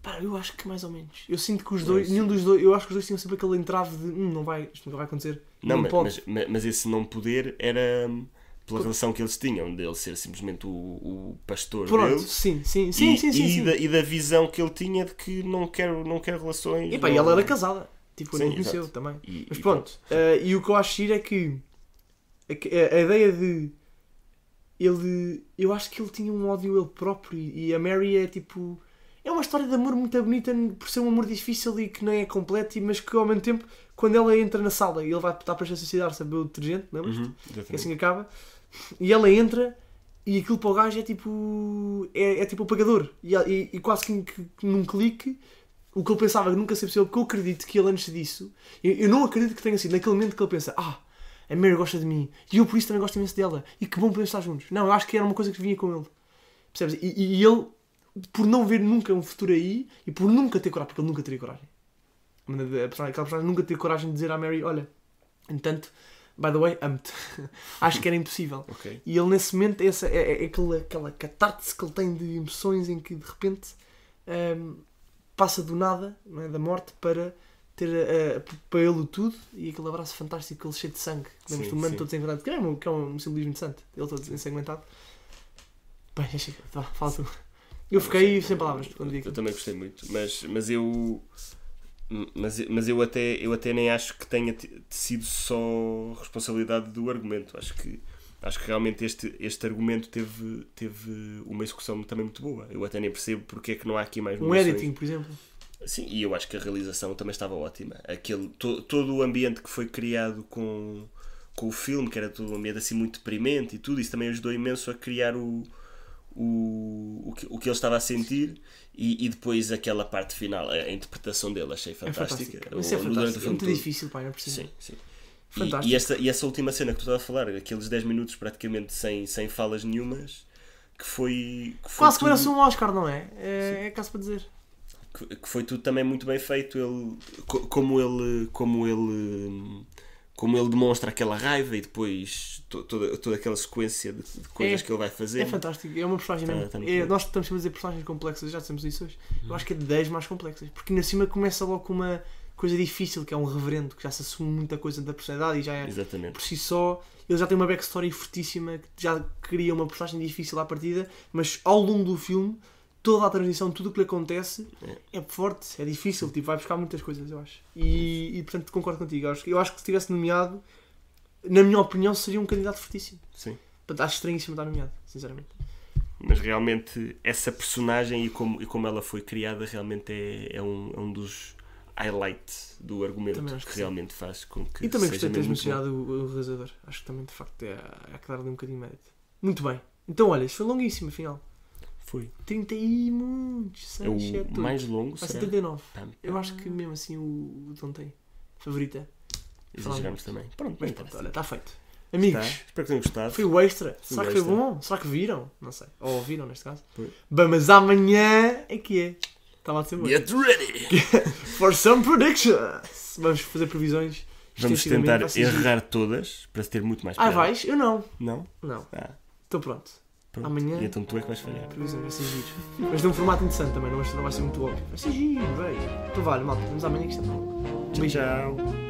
Speaker 1: Pá, eu acho que mais ou menos. Eu sinto que os
Speaker 2: Eu
Speaker 1: dois,
Speaker 2: sei.
Speaker 1: nenhum dos dois, eu acho que os dois tinham sempre aquele entrave de hum, não vai, isto nunca vai acontecer.
Speaker 2: Não,
Speaker 1: Não,
Speaker 2: mas,
Speaker 1: pode.
Speaker 2: mas, ma- mas esse não poder era hum, pela relação que eles tinham, dele ser simplesmente o, o pastor
Speaker 1: Pronto,
Speaker 2: dele.
Speaker 1: sim, sim, sim,
Speaker 2: e,
Speaker 1: sim,
Speaker 2: e,
Speaker 1: sim. sim.
Speaker 2: Da, e da visão que ele tinha de que não quero, não quero relações.
Speaker 1: E pá,
Speaker 2: não- é?
Speaker 1: e ela era casada. Tipo,
Speaker 2: Sim,
Speaker 1: não conheceu
Speaker 2: exato.
Speaker 1: também.
Speaker 2: E-
Speaker 1: Mas
Speaker 2: e
Speaker 1: pronto. eh, e o que eu acho giro é que a, a- a ideia de ele. Eu acho que ele tinha um ódio ele próprio e, e a Mary é tipo. É uma história de amor muito bonita por ser um amor difícil e que nem é completo, e- mas que ao mesmo tempo, quando ela entra na sala e ele vai estar para se suicidar, sabe o detergente, lembras?
Speaker 2: Uhum,
Speaker 1: que
Speaker 2: exatamente.
Speaker 1: assim acaba. E ela entra e aquilo para o gajo é tipo. é, é tipo apagador. E, e- e quase que, em- que- que num clique, o que ele pensava que nunca seria possível, porque eu acredito que ele antes disso, eu, eu não acredito que tenha sido naquele momento que ele pensa, ah, a Mary gosta de mim e eu por isso também gosto imenso dela e que bom podemos estar juntos. Não, eu acho que era uma coisa que vinha com ele. Percebes? E, e- e ele, por não ver nunca um futuro aí e por nunca ter coragem, porque ele nunca teria coragem. A personagem- Aquela personagem nunca teria coragem de dizer à Mary: Olha, entanto, by the way, amo-te. *laughs* Acho que era impossível.
Speaker 2: Ok.
Speaker 1: E ele, nesse momento, essa, é, é- é aquela, aquela catarse que ele tem de emoções em que de repente hum, passa do nada, não é, da morte, para ter eh, para ele o tudo e aquele abraço fantástico, aquele cheio de sangue. Lembras
Speaker 2: Sim,
Speaker 1: do mano
Speaker 2: sim.
Speaker 1: todo ensanguentado, que é, um, que é um simbolismo de santo, ele todo ensanguentado. Bem, já chega, Vá, fala tu. Eu fiquei sem palavras quando vi
Speaker 2: Eu
Speaker 1: aquilo.
Speaker 2: também gostei muito, mas, mas eu. hum, Mas, mas eu, até, eu até nem acho que tenha ti- sido só responsabilidade do argumento. Acho que, acho que realmente este, este argumento teve, teve uma execução também muito boa. Eu até nem percebo porque é que não há aqui mais
Speaker 1: Um
Speaker 2: nomeações.
Speaker 1: editing, por exemplo.
Speaker 2: Sim, e eu acho que a realização também estava ótima. Aquele, to- todo o ambiente que foi criado com, com o filme, que era todo um ambiente assim muito deprimente e tudo, isso também ajudou imenso a criar o, o, o, que, o que ele estava a sentir e, e depois aquela parte final, a, a interpretação dele, achei
Speaker 1: É
Speaker 2: fantástica.
Speaker 1: fantástico. Isso é
Speaker 2: O-
Speaker 1: fantástico. É muito
Speaker 2: todo.
Speaker 1: difícil, pá, não é preciso.
Speaker 2: Sim, sim. E-
Speaker 1: Fantástico.
Speaker 2: E, essa, e essa última cena que tu estás a falar, aqueles 10 minutos praticamente sem, sem falas nenhumas, que foi. Que foi
Speaker 1: Quase que
Speaker 2: tudo-
Speaker 1: merece um Oscar, não é? É, é caso para dizer.
Speaker 2: que que foi tudo também muito bem feito ele co- como ele como ele hum, como ele demonstra aquela raiva e depois to- toda, toda aquela sequência de, de coisas
Speaker 1: É-
Speaker 2: que ele vai fazer
Speaker 1: É fantástico. É uma personagem
Speaker 2: Tá-
Speaker 1: mesmo.
Speaker 2: tá muito
Speaker 1: É,
Speaker 2: bem. Uhum.
Speaker 1: nós estamos sempre a dizer personagens complexas, já dissemos isso hoje. Eu acho que é 10 mais complexas. Porque na cima começa logo com uma coisa difícil, que é um reverendo, que já se assume muita coisa da personalidade e já é
Speaker 2: exatamente
Speaker 1: por si só. Ele já tem uma backstory fortíssima que já cria uma personagem difícil à partida, mas ao longo do filme, toda a transição, tudo o que lhe acontece é, forte, é difícil, tipo, vai buscar muitas coisas, eu acho. E, e, portanto concordo contigo. Eu acho, que- eu acho que se tivesse nomeado, na minha opinião, seria um candidato fortíssimo.
Speaker 2: sim
Speaker 1: Portanto, acho estranhíssimo estar nomeado, sinceramente.
Speaker 2: mas realmente essa personagem e como e como ela foi criada realmente é, é um, é um dos highlights do argumento
Speaker 1: Também acho
Speaker 2: que,
Speaker 1: que sim.
Speaker 2: realmente faz com que
Speaker 1: E também gostei
Speaker 2: seja
Speaker 1: de teres
Speaker 2: mesmo muito bom.
Speaker 1: mencionado o, o realizador. Acho que também, de facto, é, há que dar-lhe um bocadinho de mérito. Muito bem. Então, olha, isto foi longuíssimo, afinal.
Speaker 2: foi
Speaker 1: 30 e muitos,
Speaker 2: é
Speaker 1: 6, 7,
Speaker 2: o mais longo Tá.
Speaker 1: Vai
Speaker 2: será?
Speaker 1: 79.
Speaker 2: Pam,
Speaker 1: Eu
Speaker 2: pam.
Speaker 1: acho que mesmo assim o, o Tom tem. Favorita.
Speaker 2: exageramos também pronto,
Speaker 1: Mas pronto,
Speaker 2: não
Speaker 1: Tá.
Speaker 2: interessa.
Speaker 1: olha, está feito.
Speaker 2: Está.
Speaker 1: Amigos,
Speaker 2: espero que tenham gostado
Speaker 1: foi o extra. Será
Speaker 2: o
Speaker 1: que foi
Speaker 2: extra.
Speaker 1: bom? Será que viram? Não sei. Ou ouviram, neste caso.
Speaker 2: Foi.
Speaker 1: Bem, mas amanhã é que é. Estava a ser bom.
Speaker 2: get ready
Speaker 1: For some predictions! Vamos fazer previsões.
Speaker 2: Vamos
Speaker 1: extensivamente,
Speaker 2: tentar
Speaker 1: vai ser giro.
Speaker 2: errar todas para se ter muito mais
Speaker 1: Ah,
Speaker 2: piada.
Speaker 1: vais? Eu não.
Speaker 2: Não?
Speaker 1: Não.
Speaker 2: Ah,
Speaker 1: Estou Então pronto.
Speaker 2: pronto.
Speaker 1: Amanhã-
Speaker 2: E então tu é que vais falhar.
Speaker 1: Previsões, vai ser giro. Mas de um formato interessante é também, não, vai ser- não vai ser muito óbvio. Vai ser giro, velho. Então vale, malta. Vamos amanhã que está bom. Um beijinho.
Speaker 2: Tchau.